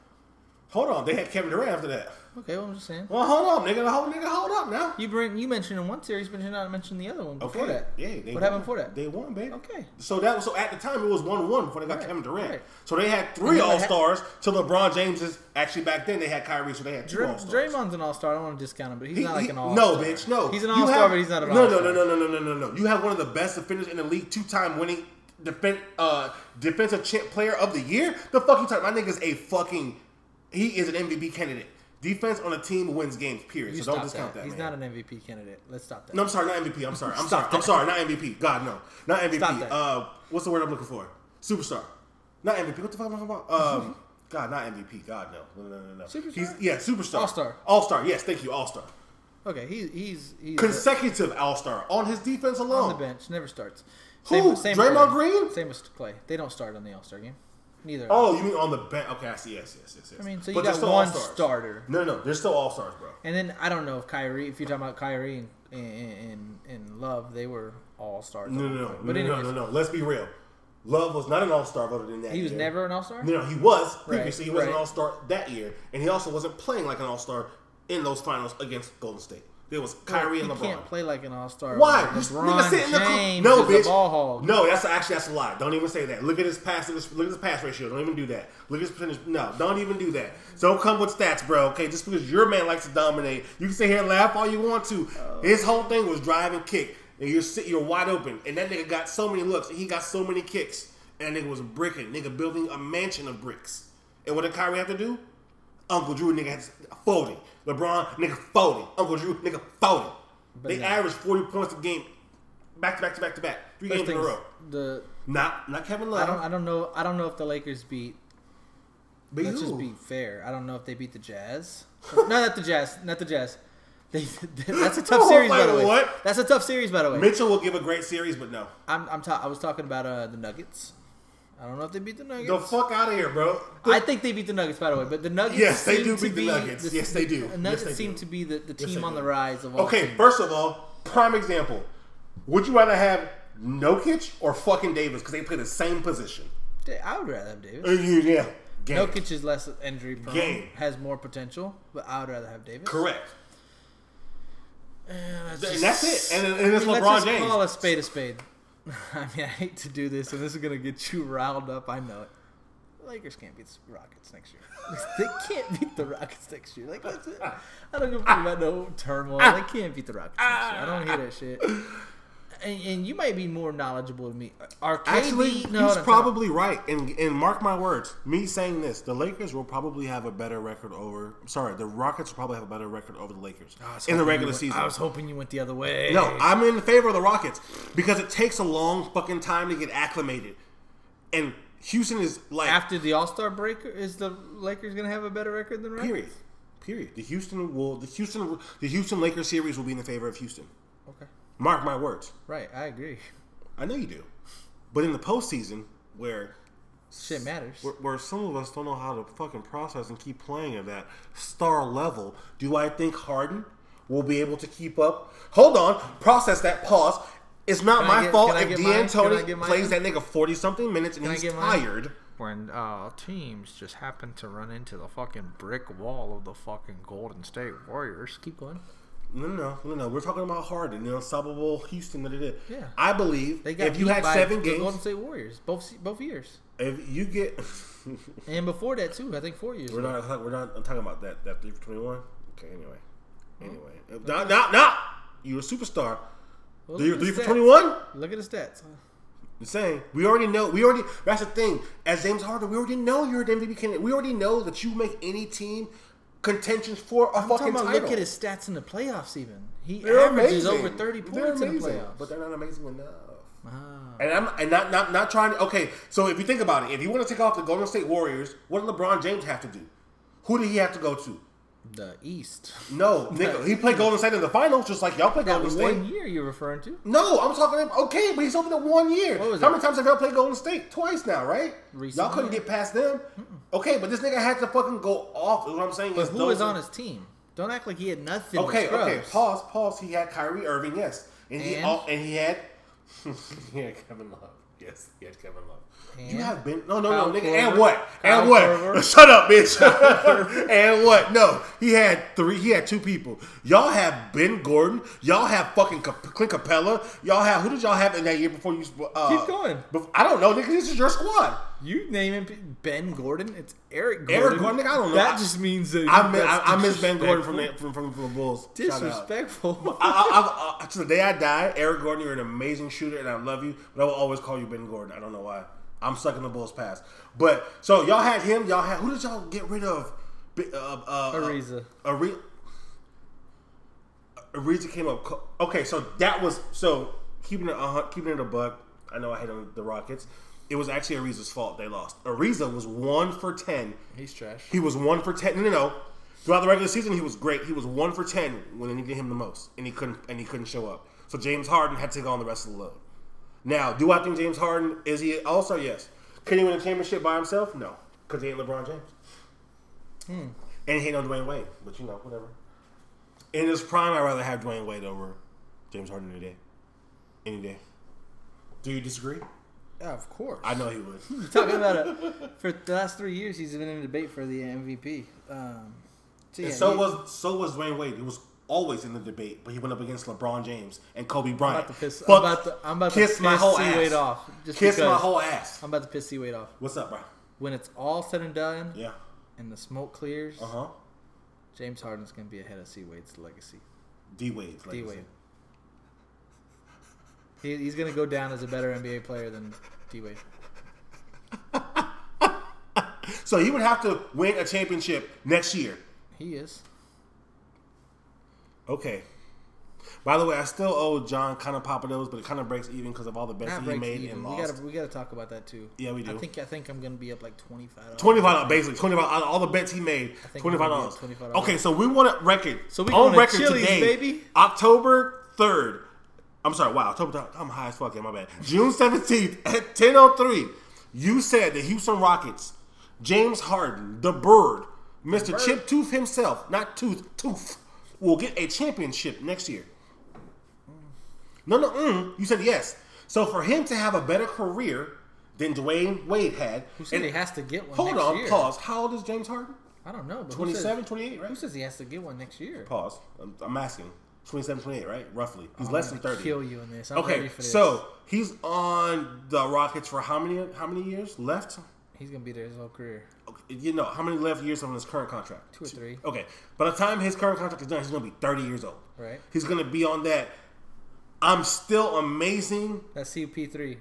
hold on, they had Kevin Durant after that. Okay, well, I'm just saying. Well, hold on, nigga, hold, nigga, hold up now. You bring you mentioned in one series, but you're not mentioning the other one before okay, that. yeah. They what won. happened before that? They won, baby. Okay. So that was so at the time it was one one before they got Right, Kevin Durant. right. So they had And three then what All Stars. till LeBron James is actually back then they had Kyrie, so they had two Dray- All Stars. Draymond's an all star. I don't want to discount him, but he's He- not like he- an all. No, bitch, no. He's an You all star, have- but he's not an no, all no, star. no, no, no, no, no, no, no. You have one of the best defenders in the league, two-time winning defen- uh, defensive champ player of the year. The fucking time, my nigga's a fucking. He is an MVP candidate. Defense on a team wins games. Period. You so don't stop discount that. He's man. not an MVP candidate. Let's stop that. No, I'm sorry, not MVP. I'm sorry. I'm sorry. Stop I'm sorry, not MVP. God, no. Not Stop MVP. that. Uh, what's the word I'm looking for? Superstar. Not MVP. What the fuck am I talking about? Um, God, not MVP. God, no. No, no, no, no. Superstar? He's, yeah, superstar. All-star. All star. Yes, thank you. All star. Okay, he, he's he's Consecutive All star on his defense on alone. the bench, never starts. Oh. Who? with Draymond Curry. Green? Same with Clay. They don't start on the All Star game. Neither. are Oh, you mean on the bench? Okay, I see. Yes, yes, yes, yes. I mean, so you they're got still one all-stars. starter. No, no, they're still all stars, bro. they. And then I don't know if Kyrie, if you're talking about Kyrie and and, and, and Love, they were All Stars. No, no, no, But no, no, anyways, no, no. Let's be real. Love was not an all star voted in that. he was year. never an All Star. No, no, he was Right, previously. He was an right. All Star that year, and he also wasn't playing like an All Star in those finals against Golden State. There was Kyrie and You LeBron. can't play like an All Star. Why? You nigga LeBron sit in the cl- James no, is bitch. a ball hog. No, that's actually that's a lie. Don't even say that. Look at his pass. Look at his pass ratio. Don't even do that. Look at his percentage. No, don't even do that. So don't come with stats, bro. Okay, just because your man likes to dominate, you can sit here and laugh all you want to. Oh. His whole thing was drive and kick, and you're sit, you're wide open, and that nigga got so many looks, and he got so many kicks, and that nigga was bricking, nigga building a mansion of bricks. And what did Kyrie have to do? Uncle Drew nigga had 40. LeBron nigga 40. Uncle Drew nigga 40. they yeah. averaged 40 points a game back to back to back to back. Three First games in a things, row. the Not not Kevin I Love. don't I don't know I don't know if the Lakers beat. but Let's who? just be fair. I don't know if they beat the Jazz. no, not the Jazz. Not the Jazz. They, that's a tough Oh, series, by the wait, way. what? That's a tough series, by the way. Mitchell will give a great series, but no. I'm, I'm ta- I was talking about uh, the Nuggets. I don't know if they beat the Nuggets. The fuck out of here, bro. The- I think they beat the Nuggets, by the way. But the Nuggets. Yes, they seem do to beat the be Nuggets. Yes, they do. The Yes, Nuggets they seem do. to be the, the Yes, team they on the do. rise of all. okay, teams. first of all, prime example. Would you rather have Nokic or fucking Davis? Because they play the same position. Da- I would rather have Uh, Davis. Yeah. Game. Jokic is less injury prone, Game. has more potential, but I would rather have Davis. Correct. Eh, that's And just- that's it. And, and it's I mean, LeBron let's just James. Call a spade a spade. I mean, I hate to do this, and this is gonna get you riled up. I know it. The Lakers can't beat the Rockets next year. they can't beat the Rockets next year. Like that's it. I don't give a fuck about no turmoil. They can't beat the Rockets. Next year. I don't hear that shit. And, and you might be more knowledgeable than me. Uh, Are KD, Actually, no, he's no, probably right, and and mark my words. Me saying this, the Lakers will probably have a better record over. I'm sorry, the Rockets will probably have a better record over the Lakers I was in the Ah, hoping you regular went- season. I was hoping you went the other way. no, I'm in favor of the Rockets because it takes a long fucking time to get acclimated, and Houston is like after the All Star break, is the Lakers gonna have a better record than Rockets? period, period. The Houston will the Houston the Houston Lakers series will be in the favor of Houston. Okay, Mark my words. right. I agree. I know you do, but in the postseason where Shit matters. where, where some of us don't know how to fucking process and keep playing at that star level. Do I think Harden will be able to keep up? Hold on, process that. Pause. It's not Can I my get- fault can I if get mine? Can I D'Antoni get mine? plays that nigga forty something minutes and Can I he's get mine? tired. when uh, teams just happen to run into the fucking brick wall of the fucking Golden State Warriors. Keep going. No, no, no, no. We're talking about Harden, the unstoppable Houston that it is. Yeah. I believe They got if you beat had by seven the Golden games, State Warriors both se- both years, if you get, and before that too. I think four years. we're ago. not we're not talking about that that three for twenty one. Okay, anyway, anyway, no, no, no. You're a superstar. Well, Do you look at three the for stats. twenty one? Look at the stats. I'm saying we already know. We already that's the thing. As James Harden, we already know you're an MVP candidate. We already know that you make any team contentions for a I'm fucking talking about title. look at his stats in the playoffs. Even he They're averages amazing. over thirty They're points in the amazing, playoffs. but they're not amazing enough. Ah. And I'm and not not not trying to. Okay, so if you think about it, if you want to take off the Golden State Warriors, what did LeBron James have to do? Who did he have to go to? the East. No, nigga, he played Golden State in the finals, just like y'all play That Golden was State. one year you're referring to. No, I'm talking about okay, but he's only been one year. What was How it? many times have y'all played Golden State? Twice now, right? Recently, y'all couldn't yeah. get past them. Okay, but this nigga had to fucking go off. Is what I'm saying. But is who those was are- on his team? Don't act like he had nothing. Okay, with okay. scrubs. Pause, pause. He had Kyrie Irving, yes, and he And? all, and he had yeah Kevin Love. Yes, he had Kevin Love. And- you have been no, no, no, Kyle nigga. Korver. And what? Kyle and what? Korver. Shut up, bitch. and what? No, he had three. He had two people. Y'all have Ben Gordon. Y'all have fucking Cap- Clint Capella. Y'all have who did y'all have in that year before you? Uh, Keep going. bef- I don't know, nigga. This is your squad. You name him P- Ben Gordon. It's Eric Gordon. Eric Gordon, nigga, I don't know. That I- just means that I miss, that's I, I miss Ben Gordon from disrespectful. the from, from, from the Bulls. Shout out. disrespectful. I, I, I, I, to the day I die, Eric Gordon, you're an amazing shooter, and I love you, but I will always call you Ben Gordon. I don't know why. I'm stuck in the Bulls pass. But so y'all had him. Y'all had who did y'all get rid of? Bi- Uh, uh, Ariza. Uh, Ari- Ariza came up. co- Okay, so that was so keeping it uh, keeping it a buck. I know I hate on the Rockets. It was actually Ariza's fault they lost. Ariza was one for ten He's trash. he was one for ten. No, no, no. Throughout the regular season, he was great. He was one for ten when they needed him the most, and he couldn't and he couldn't show up. So James Harden had to take on the rest of the load. Now, do I think James Harden is he also? Yes. Can he win a championship by himself? No, because he ain't LeBron James, Hmm. and he ain't no Dwayne Wade. But you know, whatever. In his prime, I'd rather have Dwayne Wade over James Harden any day. Any day. Do you disagree? Yeah, of course. I know he would. talking about it for the last three years. He's been in a debate for the MVP. Um, so yeah, and so he- was so was Dwayne Wade. He was always in the debate, but he went up against LeBron James and Kobe I'm Bryant. about to piss. Fuck- I'm about to, I'm about kiss to piss my whole C ass. Wade off. Just kiss my because. whole ass. I'm about to piss C Wade off. What's up, bro? When it's all said and done, Yeah. and the smoke clears, Uh huh. James Harden's gonna be ahead of C Wade's legacy. D Wade. D Wade. He, he's gonna go down as a better NBA player than D Wade. So he would have to win a championship next year. He is. Okay. By the way, I still owe John kind of Papa those, but it kind of breaks even because of all the bets Not that he breaks made even. and We lost. gotta we gotta talk about that too. Yeah, we do. I think I think I'm gonna be up like twenty five. Twenty five dollars, basically twenty five. All the bets he made, think twenty five we're gonna dollars. get $25. Okay, so we want a record. So we on going to record Chili's, today, baby. October third. I'm sorry. Wow, October. 3rd. I'm high as fuck. Yeah, my bad. June seventeenth at ten o three. You said the Houston Rockets, James Harden, the Bird, Mister Chip Tooth himself, not Tooth Tooth, will get a championship next year. No, no, mm, you said yes. So for him to have a better career than Dwayne Wade had, Who said and- he has to get one? Hold next on, year? pause. How old is James Harden? I don't know. But who says- 27, 28, Who right? says he has to get one next year? Pause. I'm, I'm asking. 27, 28, right? Roughly. He's less than I'm gonna 30. Kill Oh, you in this. I'm ready Okay, for this. so he's on the Rockets for how many how many years left? he's gonna be there his whole career. Okay, You know, how many left years on his current contract? Two or three. Okay, by the time his current contract is done, he's going to be 30 years old. Right. He's going to be on that I'm still amazing, That's CP three.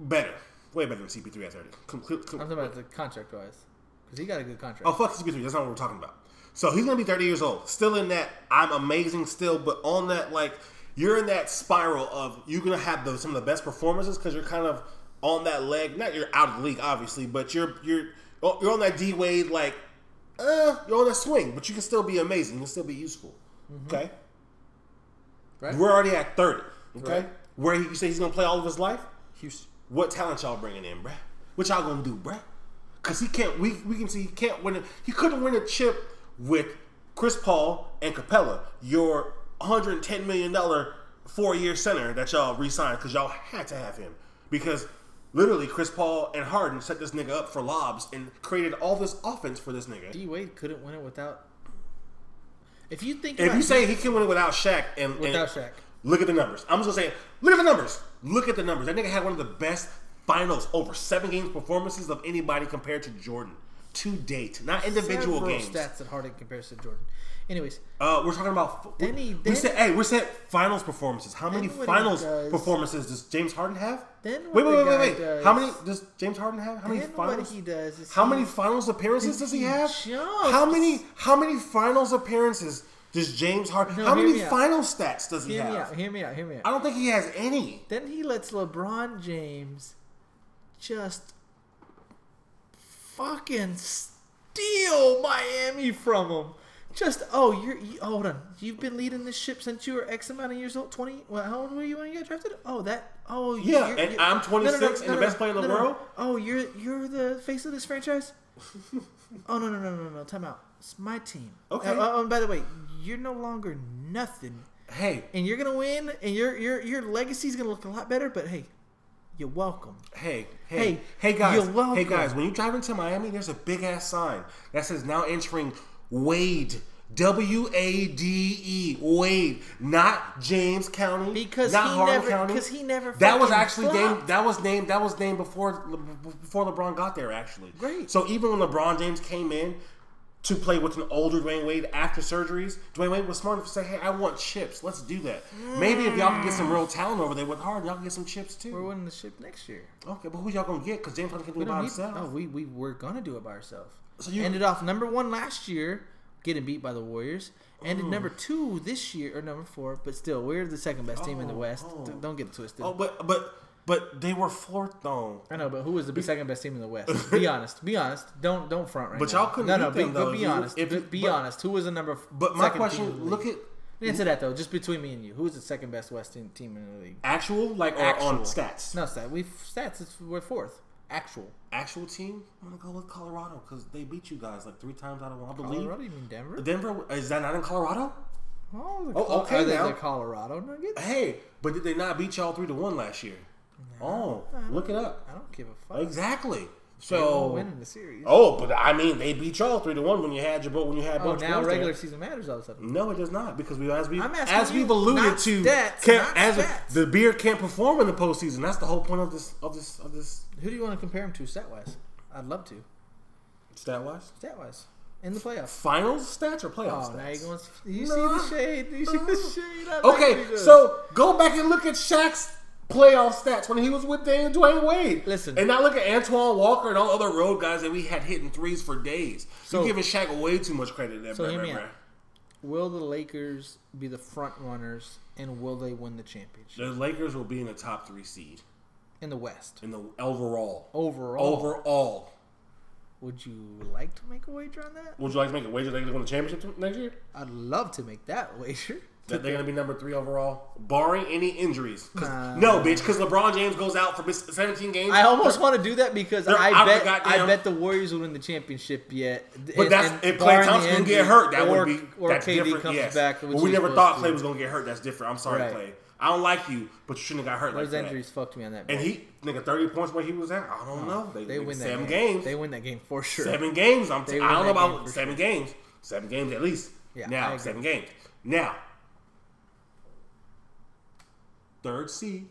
better. Way better than CP3 at 30. Com- com- com- I'm talking about the contract wise, because he got a good contract. Oh fuck CP3. That's not what we're talking about. So he's gonna be 30 years old, still in that I'm amazing still, but on that like you're in that spiral of you're gonna have the, some of the best performances because you're kind of on that leg. Not you're out of the league obviously, but you're you're oh, you're on that D Wade like uh you're on that swing, but you can still be amazing. You can still be useful. Okay, Mm-hmm. Right. we're already at 30. Okay, Right. where he, you say he's gonna play all of his life? Houston. What talent y'all bringing in, bruh? What y'all gonna do, bruh? Cause he can't. We we can see he can't win. A, he couldn't win a chip with Chris Paul and Capella, your 110 million dollar four year center that y'all re-signed because y'all had to have him because literally Chris Paul and Harden set this nigga up for lobs and created all this offense for this nigga. D Wade couldn't win it without. If you think If about you say he can win it without Shaq and and- Without Shaq. look at the numbers. I'm just gonna say, look at the numbers. Look at the numbers. That nigga had one of the best finals over seven games performances of anybody compared to Jordan to date, not individual several games. stats that Harden compares to Jordan. Anyways, Uh, we're talking about. Then he- we, then- said, hey, we said finals performances. How many Then what he finals does- performances does James Harden have? Then wait, what wait, the wait, wait, guy wait. does- How many does James Harden have? How many then finals? what he does is How he- many finals appearances does he He have? jumps. How many how many finals appearances does James Harden? No, how hear many me out. final stats does he Hear me have? out. Hear me out. Hear me out. I don't think he has any. Then he lets LeBron James just fucking steal Miami from him. Just oh, you're you, hold on. You've been leading this ship since you were X amount of years old. Twenty. Well, how old were you when you got drafted? Oh, that. Oh, you- Yeah, you're- and you're- I'm 26 and the best player in the world? Oh, you're you're the face of this franchise. oh no no no no no! Time out. It's my team. Okay. Oh, oh, and by the way, you're no longer nothing Hey, and you're gonna win, and your your your legacy's gonna look a lot better. But hey, You're welcome. Hey, hey, Hey, hey, you're guys, welcome. hey guys! When you drive into Miami, there's a big ass sign that says "Now entering Wade." W A D E Wade, not James County, Because not he Harlan never- County, 'cause he never That was fucking actually named. flopped. That was named. That was named before Le- before LeBron got there. Actually, Great. So even when LeBron James came in to play with an older Dwayne Wade after surgeries, Dwayne Wade was smart enough to say, "Hey, I want chips. Let's do that. Maybe if y'all can get some real talent over there with Harden, y'all can get some chips too." We're winning the ship next year. Okay, but who y'all gonna get? Because James Harden can do We it by don't need. himself. No, we we were gonna do it by ourselves. So you- ended off number one last year, getting beat by the Warriors. Ended number two this year or number four, but still we're the second best team in the West. D- Don't get it twisted. Oh, but but but they were fourth though. I know, but who was the second best team in the West? Be honest. Be honest. Don't don't front right But now. y'all couldn't No, no. beat be, them, but though, if be you- honest. if Be- you- be but- honest. Who was the number? f- But my second team in the question: Look league? at answer that though. Just between me and you, who's the second best West team team in the league? actual like or on Actual. stats. No stat. We stats. It's, we're fourth. Actual. Actual team. I'm gonna go with Colorado because they beat you guys like three times out of one. I believe Colorado. You mean Denver? Denver is that not in Colorado? Oh, the Oh, Col- okay Are they now. the Colorado Nuggets? Hey, but did they not beat y'all three to one last year? Oh, look it up. I don't give a fuck. Exactly. They won't So. win in the series. Oh, Oh, but I mean, they beat y'all three to one when you had your boat when you had. Butch now Wilson. regular season matters all of a sudden. No, it does not because we as we I'm asking as you, we've alluded not to stats, can't- not as stats. the beer can't perform in the postseason. That's the whole point of this of this of this Who do you want to compare them to stat wise? I'd love to stat wise stat wise in the playoffs. finals stats or playoff stats. Oh, now you're going. You No. see the shade. You see the shade. I like okay, when he does. so go back and look at Shaq's playoff stats when he was with Dan Dwayne Wade. Listen. and now look at Antoine Walker and all other road guys that we had hitting threes for days. So- you're giving Shaq way too much credit. There, So bruh, hear bruh, me bruh. out. will the Lakers be the front runners, and will they win the championship The Lakers will be in the top three seed in the West in the overall. overall? Overall, Would you like to make a wager on that? would you like to make a wager they're going to win the championship next year? I'd love to make that wager. That they're gonna be number three overall, barring any injuries. 'Cause- No, bitch, because LeBron James goes out for miss- 17 games. I almost want to do that because They're out I the bet I goddamn- bet the Warriors will win the championship yet. but that's if Clay Thompson gonna get hurt, that would or, be or that's KD different. comes yes, back. but which we he's never supposed thought to. Clay was gonna get hurt. That's different. I'm sorry, Right. Clay. I don't like you, but you shouldn't have got hurt Those like injuries fucked me on that. that. And bet. he nigga 30 points where he was at. I don't know. They, they win that seven game. games. They win that game for sure. Seven games. I'm. T- They I don't know win that about game for seven games. Seven games at least. Yeah, I now agree. seven games. Now third seed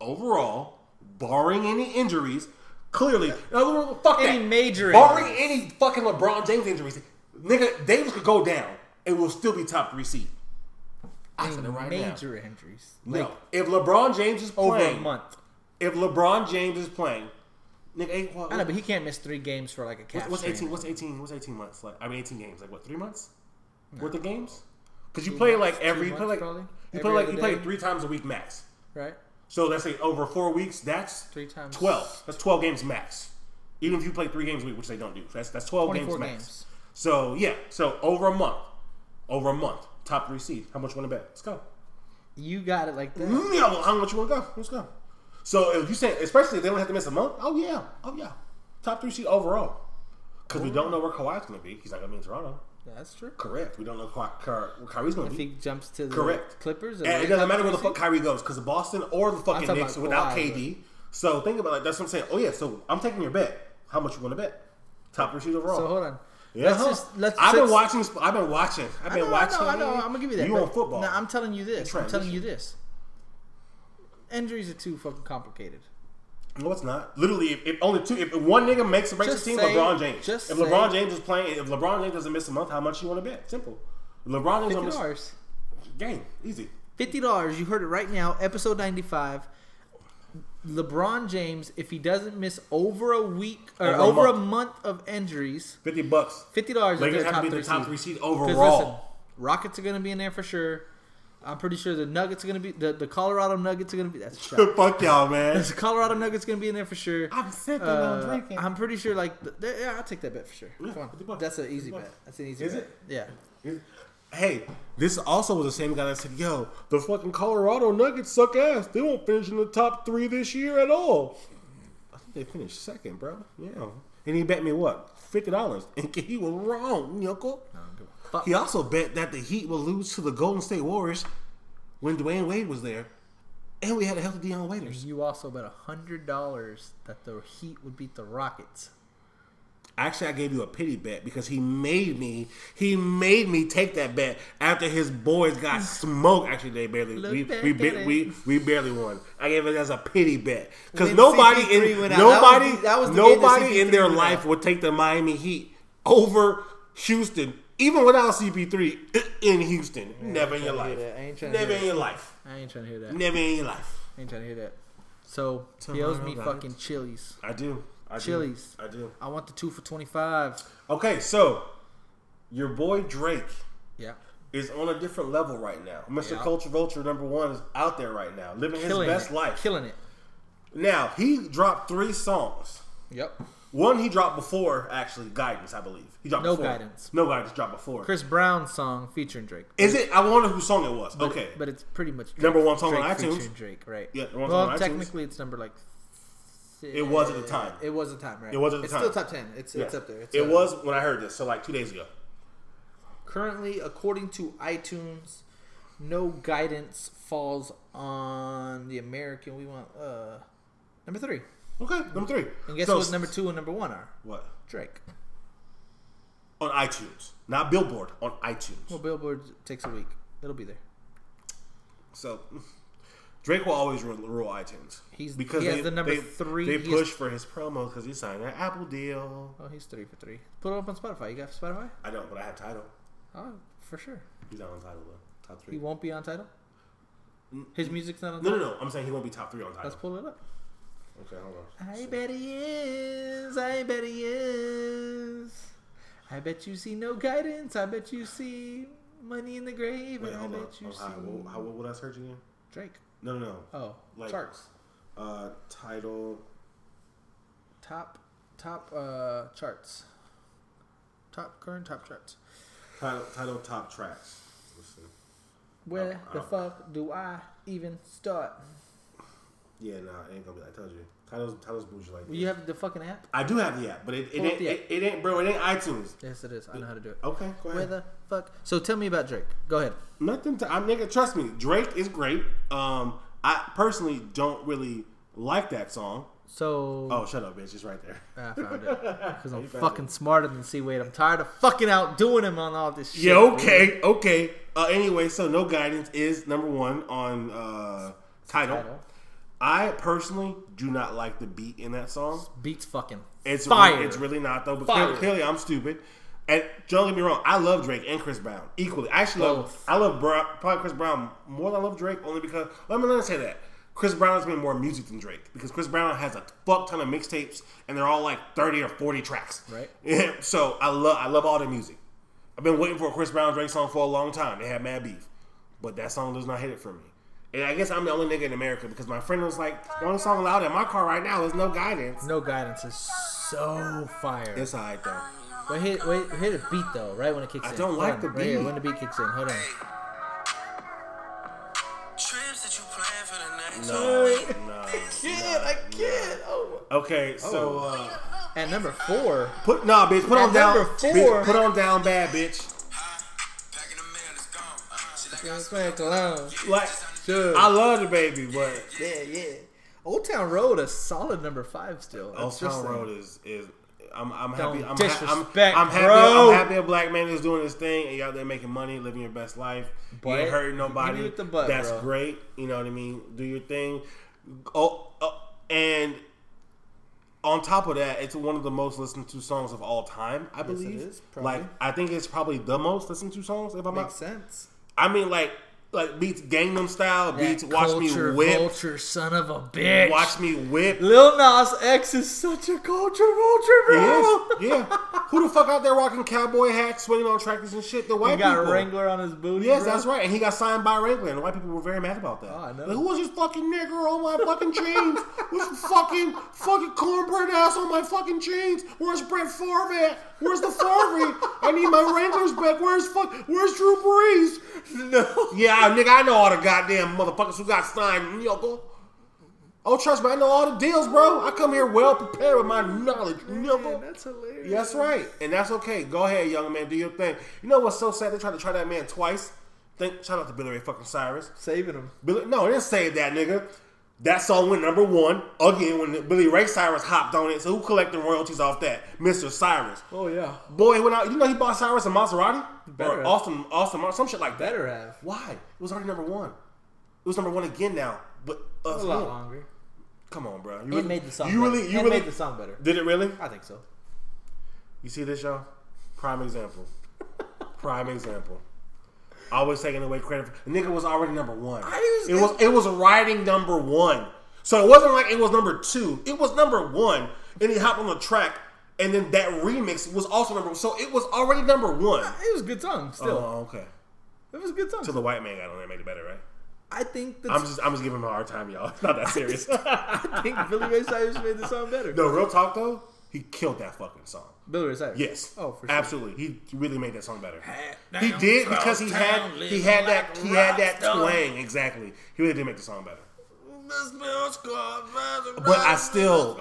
overall, barring any injuries. Clearly, in other words, fuck Any that. major barring any fucking LeBron James injuries, nigga, Davis could go down and will still be top three seed. I said it right now. major injuries. No, if LeBron James is Over playing, a month. if LeBron James is playing, nigga, eight, what, I know, but he can't miss three games for like a What's, calf. what's strain. eighteen? What's eighteen? What's eighteen months? Like I mean, eighteen games. Like what? Three months worth of games? Because you play like months, every two you play months like probably. you Every play like other you play day. three times a week max. right? So let's say over four weeks, that's Three times- twelve. That's twelve games max. Even if you play three games a week, which they don't do, that's that's twelve games 24 max. games. So yeah, so over a month, over a month, top three seed. How much you want to bet? Let's go. You got it like that. Yeah, well, how much you want to go? Let's go. So if you say, especially if they don't have to miss a month, oh yeah, oh yeah, top three seed overall. Because we don't know where Kawhi's going to be. He's not going to be in Toronto. That's true. Correct. We don't know Kawhi, Ky- where Kyrie's going to If be. he jumps to the Correct. Clippers, And it doesn't matter where the fuck Kyrie goes because Boston or the fucking talking Knicks about without Kawhi, KD. So think about it. That's what I'm saying. Oh yeah. So I'm taking your bet. How much you want to bet? Top three seed overall. So hold on. Yeah, Let's huh? just let's. I've been let's- watching. sp- I've been watching. I've I been know, I watching. know, I know. I'm gonna give you that. You but- on football? No, I'm telling you this. I'm telling Transition. you this. Injuries are too fucking complicated. No, it's not. Literally, if, if only two, if one nigga makes breaks Just the team, say- LeBron James. just if LeBron say- James is playing, if LeBron James doesn't miss a month, how much you want to bet? Simple. LeBron James Fifty don't miss dollars. game. Easy. Fifty dollars. You heard it right now. Episode ninety-five. LeBron James, if he doesn't miss over a week or Over over, a a, month. of injuries, Fifty bucks. fifty dollars. Lakers have to be the top three seed overall. Rockets are going to be in there for sure. I'm pretty sure the Nuggets are going to be the, the Colorado Nuggets are going to be that's a shot. Fuck y'all, man. The Colorado Nuggets gonna be in there for sure. I'm sipping, Uh, I'm drinking. I'm pretty sure, like, th- th- yeah, I'll take that bet for sure. Yeah, Come on. 50 bucks. That's an 50 easy bet. bucks. That's an easy Is bet. it? Yeah. hey, this also was the same guy that said, "Yo, the fucking Colorado Nuggets suck ass. They won't finish in the top three this year at all." I think they finished second, bro. Yeah. And he bet me what fifty dollars, and he was wrong, Yoko. He also bet that the Heat will lose to the Golden State Warriors when Dwayne Wade was there. And we had a healthy Deion Waiters. You also bet hundred dollars that the Heat would beat the Rockets. Actually, I gave you a pity bet because he made me. He made me take that bet after his boys got smoked. Actually, they barely. Look We back we, at ba- it. we we barely won. I gave it as a pity bet because When nobody CP3 in went out, that was nobody the- that was the game that nobody in CP3 their went life out. would take the Miami Heat over Houston, even without CP3 in Houston. Never in your trying life. to hear that. I ain't trying to Never hear in your life. I ain't trying to hear that. Never in your life. I ain't trying to hear that. So he owes me Tomorrow, fucking chilies. I do. I do. Chili's. I do. I want the two for twenty five. Okay, so your boy Drake. Yeah. is on a different level right now. Mr. Yeah. Culture Vulture number one is out there right now, living Killing his best it. life. Killing it. now he dropped three songs. Yep. One he dropped before actually guidance, I believe. He dropped No before. Guidance. No guidance dropped before. Chris Brown song featuring Drake. is it? I wonder whose song it was. But- okay, But it's pretty much Drake, Number one song on Drake iTunes. featuring Drake, right? Yeah, number one Well, song on iTunes. technically it's number like. It was at the time. It was at the time, right? It was at the it's time. still top ten. It's it's Yeah. up there. It's it uh, was when I heard this, so like two days ago. currently, according to iTunes, no guidance falls on the American. We want uh number three. Okay, number three. And guess So- what? Number two and number one are what? Drake. On iTunes, not Billboard. On iTunes. Well, Billboard takes a week. It'll be there. So Drake will always rule, rule iTunes. He's- he has the number three. They He push is- for his promo because he signed an Apple deal. Oh, he's three for three. Put it up on Spotify. You got Spotify? I know, but I have title. Oh, for sure. He's not on title though. Top He three. won't be on title. His music's not on No, title. no, no. I'm saying he won't be top three on title. Let's pull it up. Okay, hold on. I bet he is. I bet he is. I bet you see no guidance. I bet you see money in the grave. Wait, and I hold bet on. you Oh, see hi. What, how, what would I search again? Drake. No, no, no. Oh, Like- charts. Uh, title. Top, top uh, charts. Top current top charts. Title. Title. Top tracks. Let's see. Where Oh, the oh. fuck do I even start? Yeah, nah, it ain't gonna be like I told you. Titles. Titles bougie like. Well, this. you have the fucking app? I do have the app, but it, it Pull up ain't. the It, it ain't, bro. It ain't iTunes. Yes, it is. I know how to do it. Okay, go ahead. Where the fuck? So tell me about Drake. Go ahead. Nothing to I nigga, trust me, Drake is great. Um I personally don't really like that song. So Oh, shut up, bitch. It's right there. I found it because I'm fucking smarter than C Wade. I'm tired of fucking outdoing him on all this shit. Yeah, dude. okay, okay. Uh anyway, so no guidance is number one on uh title. Title. I personally do not like the beat in that song. Beats fucking It's fire. Really, it's really not though. But Fire. clearly, clearly, I'm stupid. And don't get me wrong, I love Drake and Chris Brown equally. I actually love Both. I love Bra- probably Chris Brown more than I love Drake only because let me let me say that Chris Brown has made more music than Drake because Chris Brown has a fuck ton of mixtapes and they're all like thirty or forty tracks. Right. so I love I love all the music. I've been waiting for a Chris Brown Drake song for a long time. They had mad beef, but that song does not hit it for me. And I guess I'm the only nigga in America because my friend was like, "The only song loud in my car right now is No Guidance." no guidance is so fire. It's alright though. Wait, hit, wait, hit a beat though, right when it kicks I in. don't Hold like on, the right here, beat. when the beat kicks in, hold on. Trips that you plan for the next No. Kid, I can't. Oh. Okay, so uh, At number four, put nah, bitch. Put At on down. number bitch, four- put on down, bad bitch. Back in the mail, it's gone. She like, Young Smack Alone. Like Sure. I love the baby, but Yeah, yeah. Old Town Road, a solid number five still. That's Old Town just like- Road is is. I'm, I'm Don't happy. I'm, disrespect, I'm, I'm happy. bro. I'm happy a black man is doing his thing and y'all there making money, living your best life. you But- ain't hurting nobody. hit it with the butt, That's bro. great. You know what I mean. Do your thing. Oh, oh, and on top of that, it's one of the most listened to songs of all time. I it believe. is, probably. like I think it's probably the most listened to songs. If I'm Makes not, sense. I mean like like beats Gangnam Style, beats That Watch culture, Me Whip, Culture, son of a bitch. Watch Me Whip. Lil Nas X is such a culture vulture, He bro. is, yeah. Who the fuck out there rocking cowboy hats, swinging on tractors and shit? The white He got people. Wrangler on his booty. Yes, bro. that's right. And he got signed by Wrangler, and the white people were very mad about that. Oh, I know. Like, who was this fucking nigger on my fucking jeans? Who's the fucking fucking cornbread ass on my fucking jeans? Where's Brett Favre at? Where's the Favre? I need my Wranglers back. Where's fuck? Where's Drew Brees? No. Yeah, nigga, I know all the goddamn motherfuckers who got signed. Yo, go. Oh, trust me, I know all the deals, bro. I come here well prepared with my knowledge. nigga. Man, that's hilarious. That's right, and that's okay. Go ahead, young man, do your thing. You know what's so sad? They tried to try that man twice. Thank, shout out to Billy Ray fucking Cyrus. Saving him. Billy, no, it didn't save that nigga. That song went number one again when Billy Ray Cyrus hopped on it. So who collecting royalties off that? Mr. Cyrus. Oh yeah. Boy, he went out. You know he bought Cyrus a Maserati Better or have. Austin, Austin, Martin, some shit like that. Better have. Why? It was already number one. It was number one again now. But us A lot more. longer. come on, bro. You It made the song. You really, better. you it really made the song better. did it really? I think so. You see this, y'all? Prime example. Prime example. Always taking away credit. For, nigga was already number one. was- it was it was riding number one. So it wasn't like it was number two. It was number one. And he hopped on the track, and then that remix was also number. So it was already number one. It was a good song. Still, Oh, okay. it was a good song. Till the white man got on there, made it better, right? I think the I'm just I'm just giving him a hard time, y'all. It's not that serious. I think Billy Ray Cyrus made the song better. no, real talk though, he killed that fucking song. Billy Ray Cyrus. Yes. Oh, for sure. Absolutely. He really made that song better. Hat He down, did cross because he town, had he living had like that a he had that rock star. twang exactly. He really did make the song better. But I still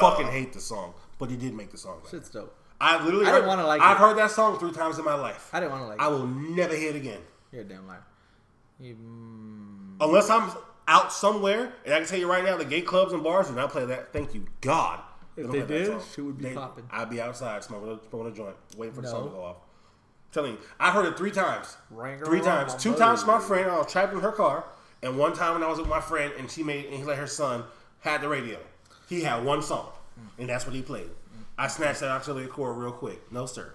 fucking hate the song. But he did make the song better. Shit's dope. I literally I didn't heard- wanna like I've it. heard that song three times in my life. I didn't want to like. I will never hear it again You're a damn liar. You, mm, unless I'm out somewhere. And I can tell you right now, the gay clubs and bars do not play that. Thank you God. If don't they play that did, song. shit would be popping. I'd be outside smoking a, smoking a joint, waiting for the No. song to go off. telling you, I heard it three times. Rang three around times. my Two mother. times my friend, I was trapped in her car, and one time when I was with my friend and she made and he let her son had the radio. He had one song, and that's what he played. I snatched that auxiliary cord real quick. No sir.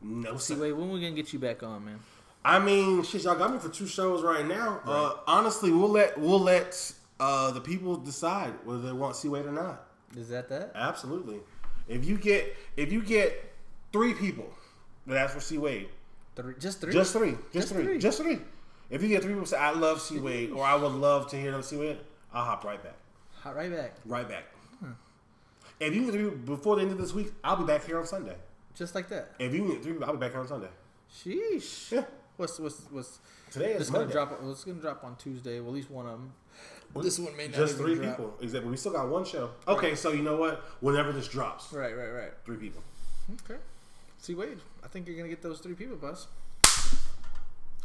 No sir. wait, when we gonna get you back on, man? I mean, shit, y'all got me for two shows right now. Uh, honestly, we'll let we'll let uh, the people decide whether they want C Wade or not. Is that that? Absolutely. If you get if you get three people that ask for C Wade, Three, just three. Just three. Just, Just three. three. Just three. If you get three people say, I love C Wade, or I would love to hear them C Wade, I'll hop right back. Hot right back. Right back. If you get three people before the end of this week, I'll be back here on Sunday. Just like that. If you get three people, I'll be back here on Sunday. Sheesh. Yeah. What's what's what's Today is It's gonna Monday. drop. It's gonna drop on Tuesday. Well, at least one of them. This one may not Just even three drop. people. Exactly. We still got one show. Okay, so you know what? Whenever this drops, Right, right, right. three people. Okay. See, Wade. I think you're gonna get those three people, boss.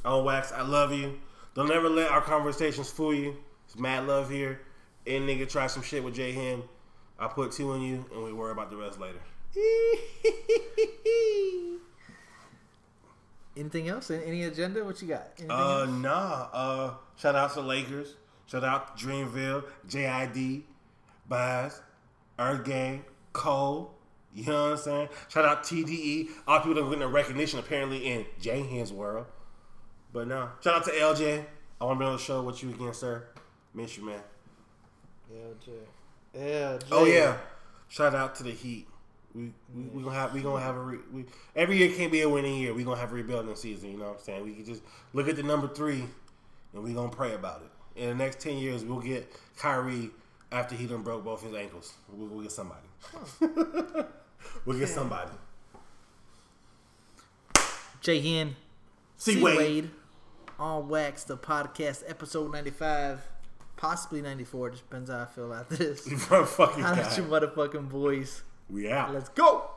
On wax, I love you. Don't ever let our conversations fool you. It's mad love here. And nigga, try some shit with J Hen. I put two in you, and we worry about the rest later. Anything else? Any- Any agenda? What you got? Anything Uh, else? nah. Uh, shout out to Lakers. Shout out to Dreamville, JID, Baz, Ergang, Cole. You know what I'm saying? Shout out E. TDE. All people that are getting recognition apparently in J Hen's world. But no. Shout out to LJ. I want to be on the show with you again, sir. Miss you, man. LJ. LJ. Oh yeah. Shout out to the Heat. We we, we gonna have we gonna have a re, we, every year can't be a winning year. We gonna have a rebuilding season. You know what I'm saying? We can just look at the number three, and we gonna pray about it. In the next ten years, we'll get Kyrie after he done broke both his ankles. We'll, we'll get somebody. we'll get somebody. Jay Hen. See C. Wade. Wade. On Wax, the podcast, episode 95, possibly 94. Just depends how I feel about this. Fucking How about your God. motherfucking boys? We out. Let's go!